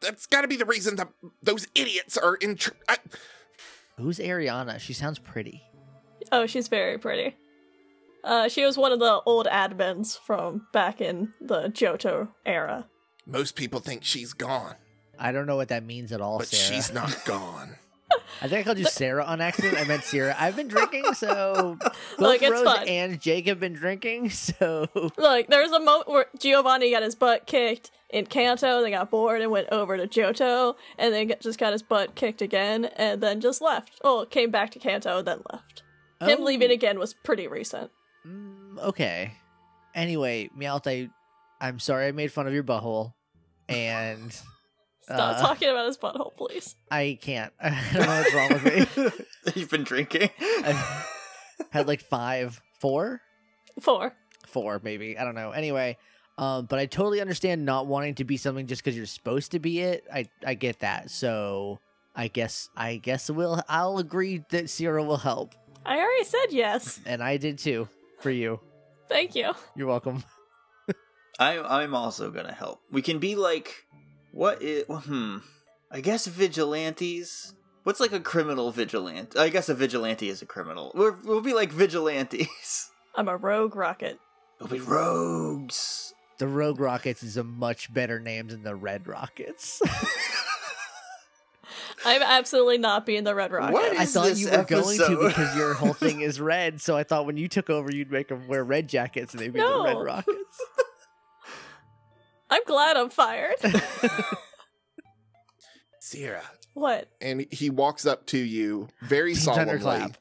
C: That's got to be the reason that those idiots are in. Tr- I-
A: Who's Ariana? She sounds pretty.
D: Oh, she's very pretty. Uh, she was one of the old admins from back in the Johto era.
C: Most people think she's gone,
A: I don't know what that means at
B: Oh,
A: all,
C: but
A: Sarah.
B: <laughs>
C: she's not gone.
A: I think I called you Sarah on accident. I meant Sarah. I've been
D: <laughs>
A: drinking, so both
D: Look, it's
A: Rose
D: fine.
A: and Jake have been drinking, <laughs> so
D: Look, there was a moment where Giovanni got his butt kicked in Kanto, they got bored and went over to Johto, and then got- just got his butt kicked again, and then just left. Oh, came back to Kanto and then left. Him
A: Oh,
D: leaving again was pretty recent.
A: mm, okay. Anyway, Meowth, I, I'm sorry I made fun of your butthole, and
D: Stop
A: Uh.
D: talking about his butthole, please.
A: I can't. <laughs> I don't know what's wrong with me.
D: <laughs>
B: <laughs> You've been
A: <laughs>
B: drinking.
A: I've had like five, four,
D: Four.
A: four maybe. I don't know. Anyway, um, but I totally understand not wanting to be something just because you're supposed to be it. I I get that. So I guess I guess we'll I'll agree that Sierra will help,
D: I already said yes.
A: and I did too for you.
D: Thank you.
A: You're welcome. <laughs>
B: I'm I'm also gonna help. We can be like, what is? Hmm. I guess vigilantes. What's like a criminal vigilante? I guess a vigilante is a criminal. We're, we'll be like vigilantes. <laughs>
D: I'm a rogue rocket.
B: We'll be rogues.
A: The Rogue Rockets is a much better name than the Red
D: <laughs>
A: Rockets.
D: I'm absolutely not being the red rocket.
B: What
A: I
B: is
A: thought
B: this
A: you were going to
B: episode?
A: because your whole
D: <laughs>
A: thing is red, so I thought when you took over you'd make them wear red jackets and they'd be the Red
D: No. <laughs>
A: Rockets.
D: I'm glad
A: <laughs>
D: I'm fired.
C: Sierra.
D: what?
C: And he walks up to you very solemnly.
A: Thunderclap.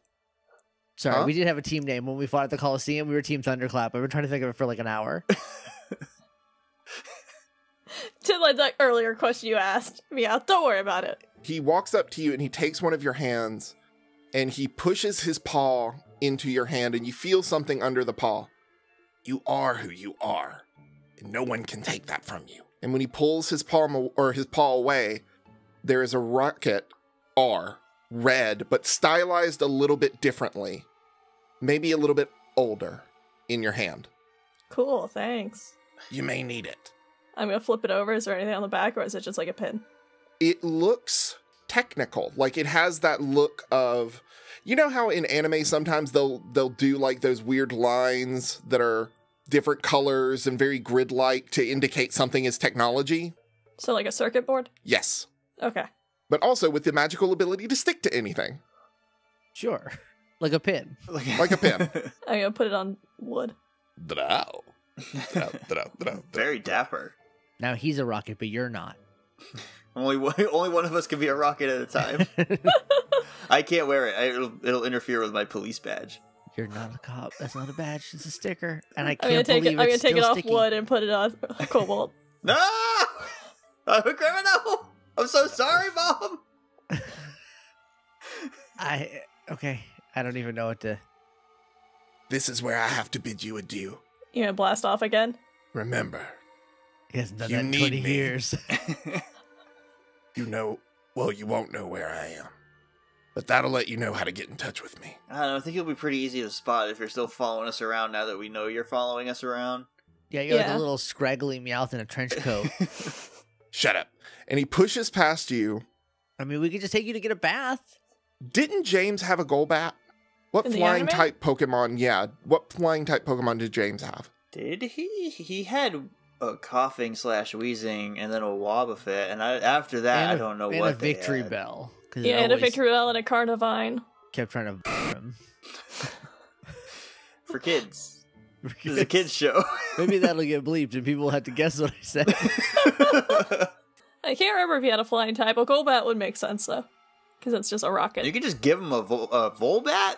A: Sorry,
C: Huh?
A: we did have a team name when we fought at the Coliseum. We were Team Thunderclap. I've been trying to think of it for like an hour.
D: <laughs> To like that earlier question you asked me out, don't worry about it.
C: He walks up to you and he takes one of your hands and he pushes his paw into your hand, and you feel something under the paw. You are who you are, and no one can take that from you. And when he pulls his palm aw- or his paw away, there is a rocket R, red, but stylized a little bit differently, maybe a little bit older, in your hand.
D: Cool, thanks.
C: You may need it.
D: I'm gonna flip it over. Is there anything on the back or is it just like a pin?
C: it looks technical like it has that look of you know how in anime sometimes they'll they'll do like those weird lines that are different colors and very grid like to indicate something is technology
D: So like a circuit board?
C: yes
D: Okay.
C: but also with the magical ability to stick to anything
A: Sure. Like a pin.
C: Like a pin.
B: <laughs>
D: I'm gonna put it on wood.
C: Drow, <laughs> drow, drow, drow, drow.
B: Very dapper.
A: Now he's a rocket, but you're not.
B: Only one, <laughs> only one of us
D: <laughs>
B: can be a rocket at a time. I can't wear it. I, it'll, it'll interfere with my police badge.
A: <laughs> You're not a cop. That's not a badge. It's a sticker. And I
D: I'm gonna
A: can't
D: take it.
A: believe
D: I'm
A: it's
D: gonna take
A: still
D: it off
A: sticky.
D: wood and put it on <laughs> cobalt.
B: No! <laughs> I'm a criminal! I'm so sorry, Mom!
A: I okay. I don't even know what to.
C: This is where I have to bid you adieu.
D: You're gonna blast off again.
C: Remember,
A: He hasn't done
C: You
A: that in
C: need
A: twenty
C: me.
A: years. <laughs>
C: you know, well, you won't know where I am, but that'll let you know how to get in touch with me.
B: I don't know, I think it'll be pretty easy to spot if you're still following us around now that we know you're following us <laughs> around.
A: yeah, you're like
D: Yeah.
A: a little scraggly mouth in a trench coat.
C: Shut up. And he pushes past you.
A: <laughs> I mean, we could just take you to get a bath.
C: Didn't James have a Golbat? What
D: In the
C: flying
D: anime?
C: type Pokemon? Yeah, what flying type Pokemon did James have?
B: Did he? He had a coughing slash wheezing and then a Wobbuffet, and I, after that, I I
A: And a-
B: don't know
A: and
B: what
A: a
B: they
A: victory
B: had.
A: bell. 'cause it
D: Yeah, and a
A: always
D: victory bell and a carnivine.
A: Kept trying to <laughs> him. <laughs>
B: for kids. This is a kids show. <laughs>
A: Maybe that'll get bleeped and people will have to guess what I said.
D: I can't remember if he had a flying type. A Golbat would make sense though, because it's just a rocket.
B: you can just give him a, Vol- a Volbat.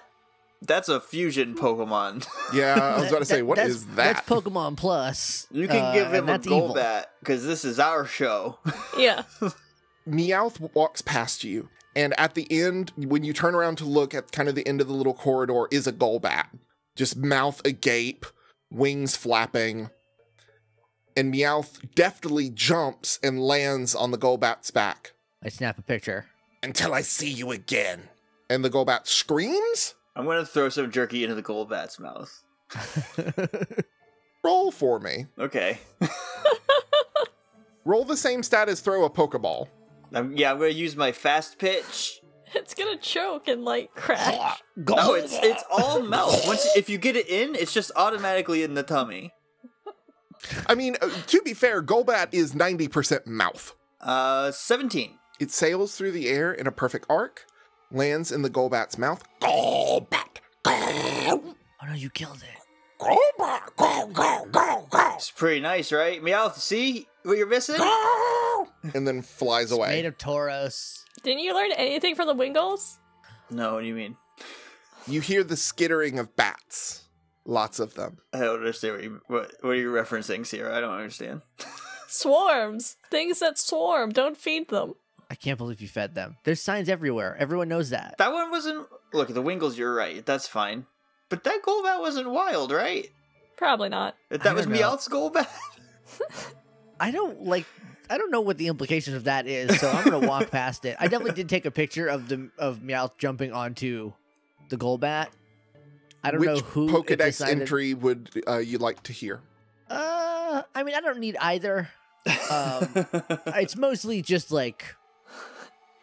B: That's a fusion Pokemon. <laughs>
C: Yeah, I
D: <laughs>
C: was
A: That-
C: going to say, what
A: that's-
C: is that?
A: That's Pokemon Plus.
B: You can
A: uh,
B: give him
A: and
B: a
A: that's evil.
B: Golbat because this is our show.
D: <laughs> Yeah,
C: Meowth walks past you, and at the end, when you turn around to look at kind of the end of the little corridor, is a Golbat. Just mouth agape, wings flapping. And Meowth deftly jumps and lands on the Golbat's back.
A: I snap a
B: <laughs>
A: picture.
C: Until I see you again. And the Golbat screams?
B: I'm gonna throw some jerky into the Golbat's mouth.
C: Roll for me.
B: Okay.
C: Roll the same stat as throw a Pokeball.
B: I'm, yeah, I'm gonna use my fast pitch.
D: it's gonna choke and like crash.
B: No, it's it's all mouth. Once if you get it in, it's just automatically in the tummy.
C: I mean, uh, to be fair, Golbat is 90% mouth.
B: Uh, seventeen.
C: It sails through the air in a perfect arc, lands in the Golbat's mouth. Golbat! Go!
A: Oh no, you killed it.
C: Golbat! Go, go, go, go!
B: It's pretty nice, right? Meowth, see what
A: <laughs>
B: you're missing?
C: Go! And then flies
A: It's made
C: away.
A: of Tauros.
D: Didn't you learn anything from the Wingles?
B: No, what do you mean?
C: You hear the skittering of bats. Lots of them.
B: I don't understand what you what, what are you referencing, Sierra. I don't understand.
D: Swarms, things that swarm. Don't feed them.
A: I can't believe you fed them. There's signs everywhere. Everyone knows that.
B: That one wasn't. Look, the Wingles. You're right. That's fine. But that Golbat wasn't wild, right?
D: Probably not.
B: That
A: I
B: was
A: don't know.
B: Meowth's Golbat.
A: I don't like. I don't know what the implications of that is, so I'm gonna walk past it. I definitely did take a picture of the of Meowth jumping onto the Golbat. I don't
C: Which
A: know who it
C: Pokedex
A: decided-
C: entry would uh, you like to hear?
A: Uh, I mean, I don't need either.
B: <laughs>
A: It's mostly just like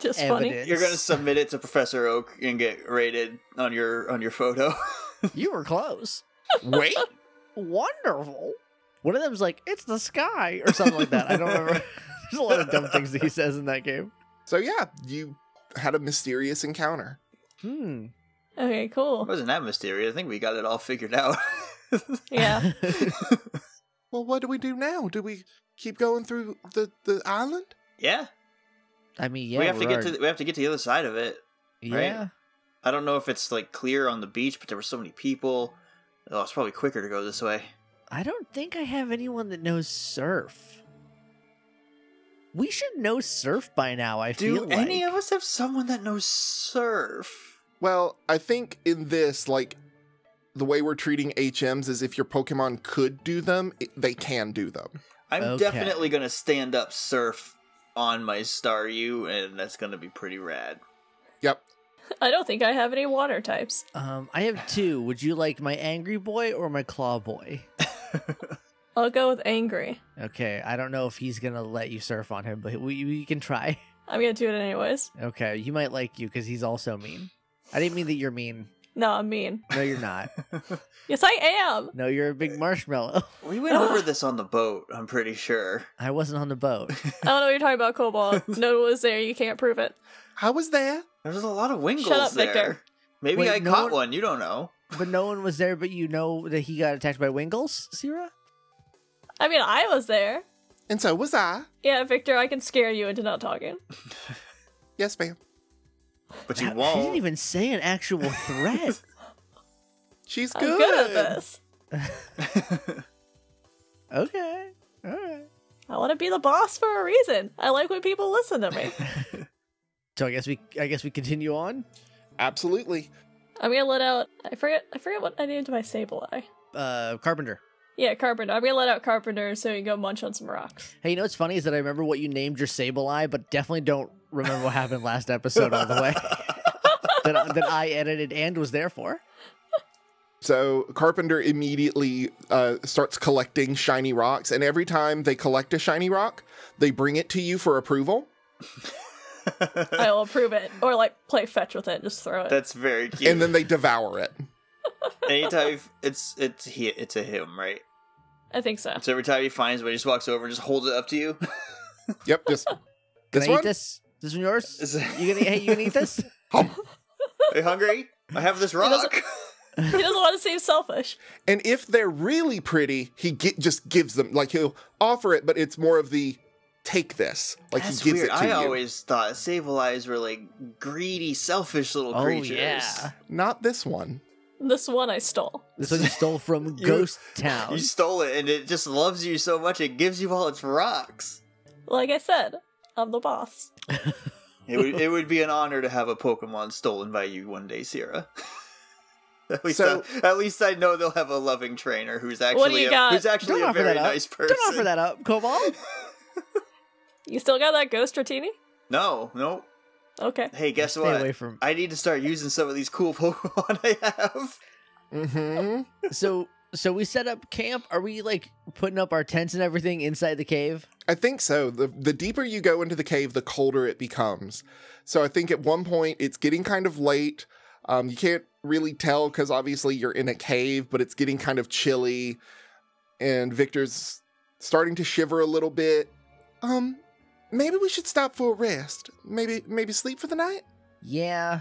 D: Just funny.
A: evidence.
B: You're gonna submit it to Professor Oak and get rated on your on your photo.
A: you were close.
C: Wait!
A: Wonderful. One of them's like, "It's the sky" or <laughs> something like that. I don't
B: <laughs>
A: remember. <laughs> There's a lot of dumb things that he says in that game.
C: so, yeah, you had a mysterious encounter.
A: Hmm.
D: Okay,
B: It
D: cool.
B: wasn't that mysterious. I think we got it all figured out. <laughs>
D: Yeah.
C: Well, what do we do now? Do we keep going through the, the island?
B: yeah.
A: <laughs> I mean, yeah.
B: we have to
A: we're
B: get to
A: already-
B: the, we have to get to the other side of it. right?
A: yeah.
B: I don't know if it's like clear on the beach, but there were so many people. Oh, it's probably quicker to go this way.
A: I don't think I have anyone that knows surf. We should know surf by now. I
B: Do
A: feel
B: any
A: like.
B: of us have someone that knows surf?
C: Well, I think in this, like, the way we're treating HMs is if your Pokemon could do them, it, they can do them.
B: I'm
A: Okay.
B: definitely gonna stand up surf on my Star U, and that's gonna be pretty rad.
C: Yep.
D: I don't think I have any water types.
A: Um, I have two. Would you like my angry boy or my claw boy?
D: I'll go with angry.
A: Okay, I don't know if he's gonna let you surf on him, but we, we can try. <laughs>
D: I'm gonna do it anyways.
A: Okay, you might like you because he's also mean. I didn't mean that you're mean.
D: No, I'm mean.
A: No, you're not.
D: Yes, I am.
A: No, you're a
B: <laughs>
A: big marshmallow.
B: We
A: <laughs>
B: went over this on the boat. I'm pretty sure.
A: I wasn't on the boat.
D: I don't know what you're talking about, Cobalt. No one was there. You can't prove it.
C: I was there.
B: There was a lot of wingles
D: Shut up,
B: there.
D: Victor.
B: Maybe
A: Wait,
B: I
A: no
B: caught
A: one-
B: one. You don't know.
A: But no one was there, but you know that he got attacked by Wingles, Sierra?
D: I mean, I was there.
C: And so was I.
D: Yeah, Victor, I can scare you into not talking.
C: Yes, ma'am.
B: But you
A: She didn't
B: won't.
A: even say an actual threat.
C: She's
D: I'm
C: good.
D: good, at this.
A: Okay. All right.
D: I want to be the boss for a reason. I like when people listen to
A: <laughs>
D: <laughs> me.
A: So I guess we I guess we continue on.
C: Absolutely.
D: I'm gonna let out. I forget. I forget what I named my stable eye.
A: Uh Carpenter.
D: Yeah, Carpenter. I'm gonna let out Carpenter so he can go munch on some
A: <laughs>
D: rocks.
A: Hey, you know what's funny is that I remember what you named your Sableye, but definitely don't remember what happened last episode all the way. that, I- that I edited and was there for.
C: So Carpenter immediately uh, starts collecting shiny rocks, and every time they collect a shiny rock, they bring it to you for approval.
D: I will approve it, or like play fetch with it, just throw
B: <laughs>
D: it.
B: That's very cute.
C: And then they devour it.
B: Anytime you- it's it's he it's a him, right?
D: I
B: <laughs>
D: think so.
B: So every time he finds one, he just walks over and just holds it up to you. <laughs>
C: Yep, just
A: <laughs> Can
C: this
A: I
C: one.
A: eat this? This one yours?
B: Is it-
A: You gonna hey you gonna eat this?
B: <laughs> Are you hungry? I have
D: <laughs>
B: this
D: doesn't-
B: rock.
A: <laughs>
D: He doesn't want to seem selfish.
C: And if they're really pretty, he ge- just gives them like he'll offer it, but it's more of the take this. Like
B: That's
C: he gives
B: weird.
C: it to
B: I
C: you.
B: always thought Sableyes were like greedy, selfish little
A: Oh
B: creatures.
A: yeah.
C: Not this one.
D: This one I stole.
A: This one you stole from
B: <laughs> You-
A: Ghost Town.
B: You stole it, and it just loves you so much it gives you all its rocks.
D: Like I said, I'm the boss.
B: It
A: <laughs>
B: would, it would be an honor to have a Pokemon stolen by you one day, Sierra. <laughs> at, least
C: So-
B: I, at least I know they'll have a loving trainer who's
D: do
B: actually
D: you
B: a,
D: got?
B: who's actually
A: Don't
B: a
A: offer
B: very
A: that up.
B: nice person.
A: Don't offer that up, Cobalt.
D: You still got that ghost Ratini?
B: No, no.
D: Okay.
B: Hey, guess
A: Stay
B: what?
A: away from
B: I need to start using some of these cool <laughs> Pokemon I have.
C: Mm-hmm.
A: So so we set up camp. Are we like putting up our tents and everything inside the cave?
C: I think so. The the deeper you go into the cave, the colder it becomes. So I think at one point it's getting kind of late. Um, you can't really tell because obviously you're in a cave, but it's getting kind of chilly, and Victor's starting to shiver a little bit. Um, maybe we should stop for a rest. Maybe maybe sleep for the night.
A: Yeah.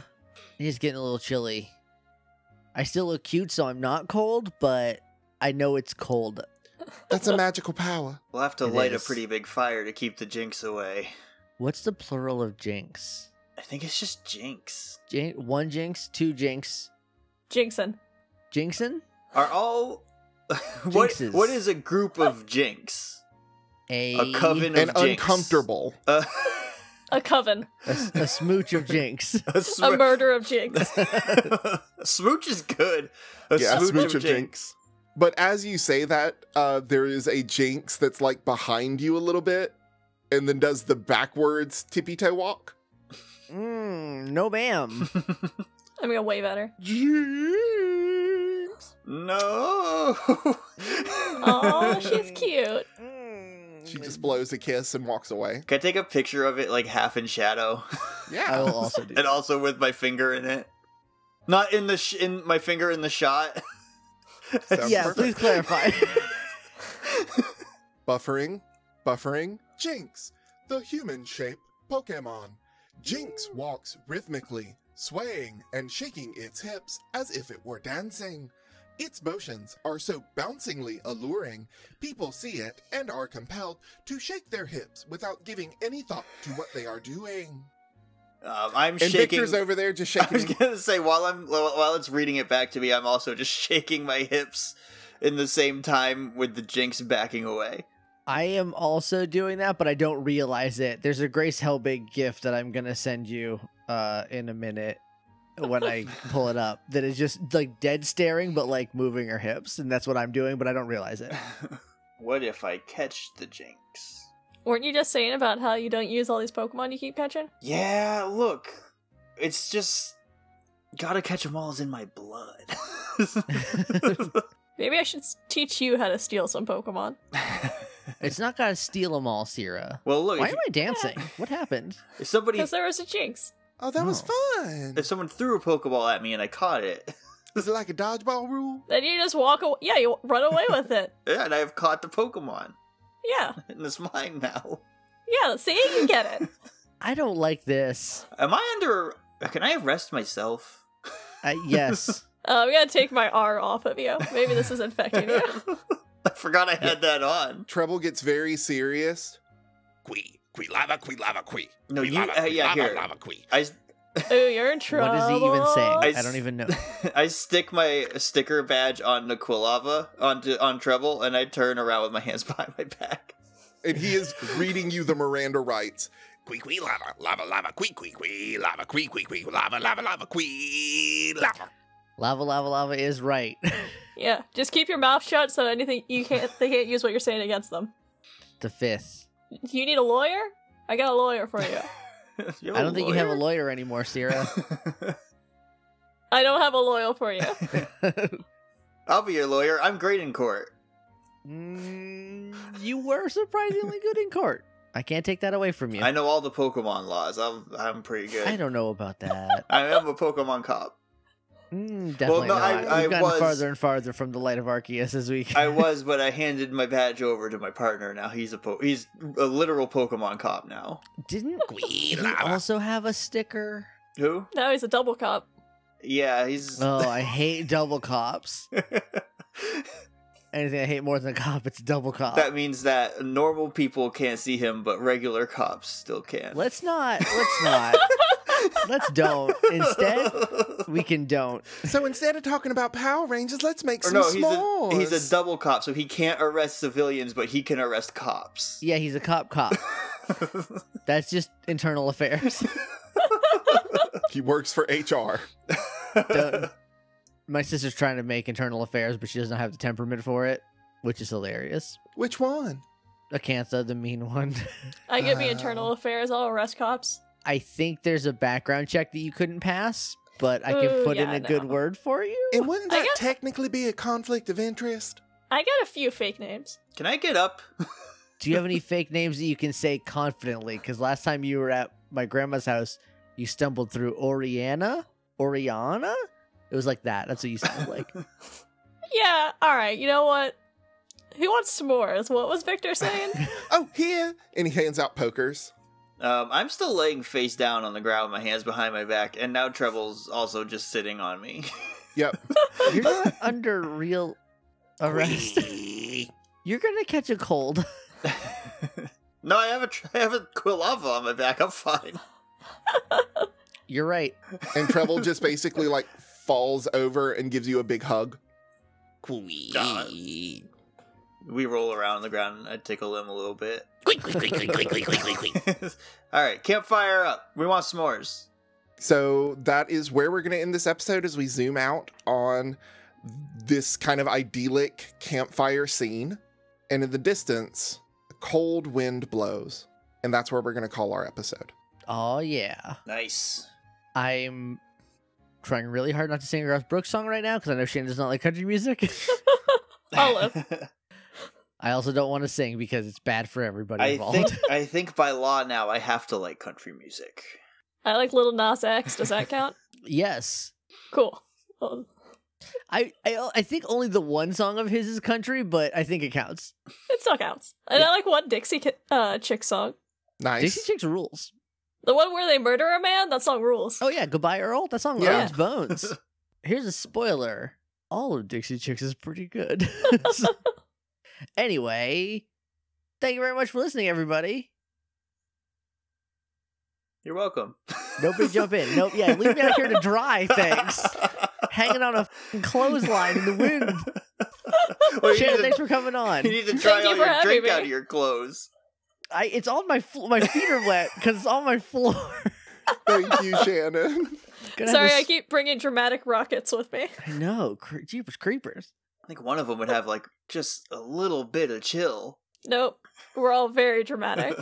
A: It is getting a little chilly. I still look cute, so I'm not cold, but I know it's cold.
C: That's a magical power.
B: We'll have to
A: It
B: light
A: is.
B: a pretty big fire to keep the Jinx away.
A: What's the plural of jinx?
B: I think it's just Jinx.
A: Jin- one jinx, two jinx,
D: Jinxon.
A: jinxin,
B: Are all <laughs> what?
A: Jinxes.
B: What is a group of Jinx?
A: a,
B: A coven
C: And
B: of Jinx.
C: uncomfortable.
B: Uh,
D: A coven.
A: a s- a smooch of jinx.
B: <laughs> a <laughs>
D: A
B: sm-
D: murder of Jinx.
B: <laughs> smooch is good. A smooch, of, Jinx.
C: But as you say that, uh, there is a jinx that's like behind you a little bit, and then does the backwards tippy toe walk.
A: Mm, no, bam.
D: I'm gonna wave at her.
C: Jinx.
B: No.
D: Oh,
B: <laughs>
D: she's cute.
A: Mm.
C: She just blows a kiss and walks away.
B: Can I take a picture of it like half in <laughs> shadow
A: I
C: Yeah.
A: will <laughs> also
C: <laughs>
A: do.
B: and also with my finger in it? Not in the sh- in my finger in the shot.
A: that.
C: Sounds
A: Yeah,
C: perfect.
A: please clarify.
C: Buffering, buffering. Jinx, the human shape Pokemon. Jinx walks rhythmically, swaying and shaking its hips as if it were dancing. Its motions are so bouncingly alluring, people see it and are compelled to shake their hips without giving any thought to what they are doing.
B: Um, I'm
C: And
B: shaking.
C: Victor's over there just
B: <laughs> I was
C: shaking.
B: gonna say while I'm while while it's reading it back to me, I'm also just <laughs> shaking my hips in the same time with the Jinx backing away. <laughs>
A: I am also doing that, but I don't realize it. There's a Grace Hellbig gift that I'm gonna send you uh, in a minute when I pull it up. That is just like dead staring, but like moving her hips, and that's what I'm doing, but I don't realize it.
B: what if I catch the Jinx?
D: Weren't you just saying about how you don't use all these Pokemon you keep catching?
B: Yeah, look, it's just gotta catch 'em all is in my blood.
D: Maybe I should s- teach you how to steal some Pokemon.
A: <laughs> It's not gotta steal them all, Sierra.
B: <laughs> well, look,
A: Why
B: if,
A: am I dancing? What happened?
B: if somebody
D: Because there was a Jinx.
C: Oh, that was fun.
B: if someone threw a Pokeball at me and I caught it, <laughs>
C: Is it like a dodgeball rule?
D: Then you just walk away. Yeah, you run away with it.
B: yeah, and I have caught the Pokemon, <laughs>
D: Yeah.
B: and it's mine now.
D: Yeah, see? You get it.
A: I don't like this.
B: Am I under? Can I arrest myself?
A: Uh, yes.
D: Uh, I'm gonna take my R off of you. Maybe this is
B: <laughs>
D: infecting you.
B: I forgot I had that on.
C: Treble gets very serious. Qui, qui lava, qui lava, qui.
B: No,
C: Qui
B: you-
C: lava,
B: uh,
C: qui
B: yeah,
C: lava,
B: here.
C: lava, qui.
B: I s-
D: Oh, you're in trouble.
A: What is he even saying?
B: I
A: I,
B: s-
A: don't even know.
B: I stick my sticker badge on Aquilava on on Treble, and I turn around with my hands <laughs> behind my back.
C: and he is reading you the Miranda rights. Quee quee lava, lava, lava, quee quee quee, lava, quee quee quee, lava, lava, lava, quee, lava.
A: Lava, lava, lava is right.
D: Yeah, just keep your mouth shut so that anything you can't they can't use what you're saying against them.
A: the fifth.
D: Do you need a lawyer? I got a lawyer
B: <laughs>
D: for you.
A: Oh, I don't think you have a lawyer anymore, Sierra.
B: lawyer.
D: I don't have a lawyer for you.
B: <laughs> I'll be your lawyer. I'm great in court.
A: Mm, you were surprisingly good in court. I can't take that away from you.
B: I know all the Pokemon laws. I'm I'm pretty good.
A: I don't know about that.
B: I am a Pokemon cop.
A: Mm, definitely
B: no,
A: not.
B: I- I
A: We've gotten
B: was-
A: farther and farther from the light of Arceus as we.
B: I was, but I handed my badge over to my partner. Now he's a po- he's a literal Pokemon cop now.
A: <laughs> Didn't
B: <laughs>
C: Quee,
A: he
C: lava.
A: <laughs> also have a sticker?
B: Who?
D: Now he's a double cop.
B: Yeah, he's. <laughs>
A: Oh, I hate double cops. Anything I hate more than a cop, it's a double cop.
B: that means that normal people can't see him, but regular cops still can. <laughs>
A: Let's not. Let's not. let's don't. Instead, we can don't.
C: So instead of talking about Power Rangers, let's make
B: Or
C: some
B: no, he's a,
C: s'mores.
B: he's a double cop, so he can't arrest civilians, but he can arrest cops.
A: <laughs> Yeah, he's a cop. Cop. That's just internal affairs.
C: he works for HR.
B: <laughs>
A: Don't- My sister's trying to make internal affairs, but she doesn't have the temperament for it, which is hilarious.
C: Which one?
A: Acantha, the mean one. <laughs>
D: I give me
C: Oh.
D: internal affairs. I'll arrest cops.
A: I think there's a background check that you couldn't pass, but I can
D: Ooh,
A: put in
D: yeah,
A: a good
D: no.
A: word for you.
C: And wouldn't
D: I
C: that
D: guess-
C: technically be a conflict of interest?
D: I got a few fake names.
B: Can I get up?
A: Do you have any fake names that you can say confidently? Because last time you were at my grandma's house, you stumbled through Oriana, Oriana. It was like that. That's what you sounded like.
D: Yeah, all right. You know what? Who wants s'mores? What was Victor saying?
C: Oh, here! And he hands out pokers.
B: Um, I'm still laying face down on the ground, with my hands behind my back, and now Treble's also just sitting
A: <laughs>
B: on me.
C: Yep.
A: You're not under real arrest. You're gonna catch a cold.
B: <laughs>
A: <laughs>
B: no, I have a tr- I have a quilava on my back. I'm fine.
A: You're right.
C: and Treble just basically like falls over and gives you a big hug.
B: Uh, <laughs> we roll around on the ground. and I tickle him a little bit.
A: <laughs>
B: <laughs> All right, campfire up. We want s'mores.
C: <laughs> So that is where we're going to end this episode as we zoom out on this kind of idyllic campfire scene. And in the distance, a cold wind blows. And that's where we're going to call our episode.
A: Oh yeah.
B: Nice.
A: I'm trying really hard not to sing a Garth Brooks song right now because I know Shane does not like country music.
B: <laughs>
D: Olive.
A: I also don't want to sing because it's bad for everybody
B: I
A: involved.
B: think I think by law now I have to like country music.
D: I like little Nas X. Does that count?
A: <laughs> yes.
D: Cool. Um,
A: I, I I think only the one song of his is country, but I think it counts.
D: it still counts. And I like one Dixie Ki- uh, Chick song.
C: Nice.
A: Dixie Chicks rules.
D: The one where they murder a man. That song rules.
A: Oh yeah, goodbye Earl. That song
C: Yeah.
A: owns bones. Here's a spoiler. All of Dixie Chicks is pretty good. anyway, thank you very much for listening, everybody.
B: You're welcome.
A: Nobody jump in. Nope. Yeah, leave me out
B: <laughs>
A: here to dry. Thanks. Hanging on a f***ing clothesline in the
D: <laughs>
A: wind.
B: <laughs> well, you,
A: Shannon,
B: need
A: thanks
B: to,
A: for coming on.
B: <laughs> you
A: <laughs>
B: need to try
D: Thank you
B: all
D: for
B: your
D: having
B: drink
D: me.
B: out of your clothes.
A: I, it's on my flo- my feet are wet because it's on my floor. <laughs>
C: Thank you, Shannon.
A: Gonna have
D: Sorry,
A: to
D: I
A: s-
D: keep bringing dramatic rockets with me.
A: I know. Cre- Jeepers creepers.
B: I think one of them would have like just a little bit
A: <laughs>
B: of chill. <laughs>
D: Nope. We're all very dramatic.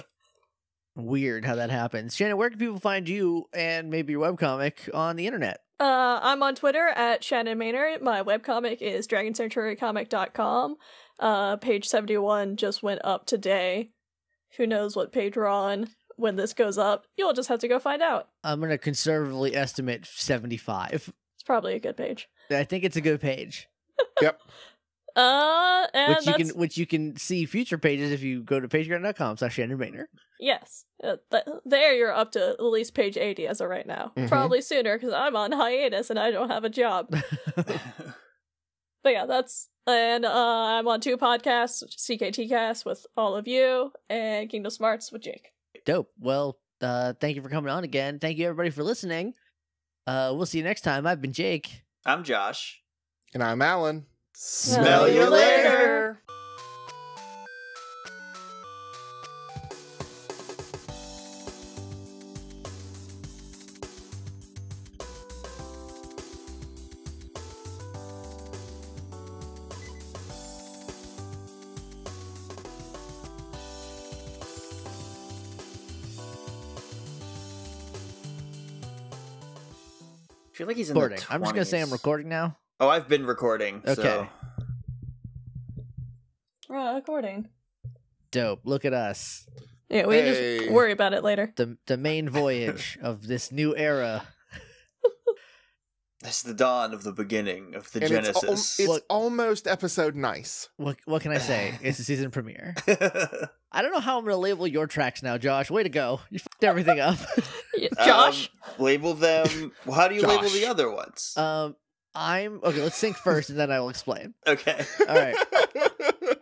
A: Weird how that happens. Shannon, where can people find you and maybe your webcomic on the internet?
D: Uh, I'm on Twitter at Shannon Maynard. My webcomic is dragonsanctuarycomic.com. Uh, page 71 just went up today. Who knows what page we're on when this goes up? You'll just have to go find out.
A: I'm going to conservatively estimate 75.
D: It's probably a good page.
A: I think it's a good page.
D: Uh, and
A: which you
D: that's,
A: can which you can see future pages if you go to patreon.com slash Shannon Maynard.
D: yes, uh, th- there you're up to at least page 80 as of right now.
A: Mm-hmm.
C: Mhm.
D: Probably sooner because I'm on hiatus and I don't have a job. But yeah, that's and uh, I'm on two podcasts, CKT Cast with all of you and Kingdom Smarts with Jake.
A: Dope. Well, Uh, thank you for coming on again. Thank you everybody for listening. Uh, we'll see you next time. I've been Jake.
B: I'm Josh.
C: And I'm Alan.
D: Smell you later.
B: I feel like he's in
A: Recording.
B: the 20s.
A: I'm just gonna say I'm recording now.
B: Oh, I've been recording. So.
A: Okay.
D: We're recording.
A: Dope. Look at us.
D: Yeah, we
C: Hey.
D: just worry about it later. <laughs>
A: The the main
B: <laughs>
A: voyage of this new era.
B: This is the dawn of the beginning of the
C: And it's, al-
B: Genesis.
C: it's
A: What-
C: almost episode nice.
A: What what can I say? It's the season premiere.
B: <laughs>
A: I don't know how I'm gonna label your tracks now, Josh. Way to go. You fucked everything
B: <laughs>
A: up.
D: Yeah, Josh?
B: Um, label them. Well, how do you label
C: Josh.
B: the other ones?
A: Uh, Um I'm okay, let's sync first and then I will explain.
B: okay.
A: All right.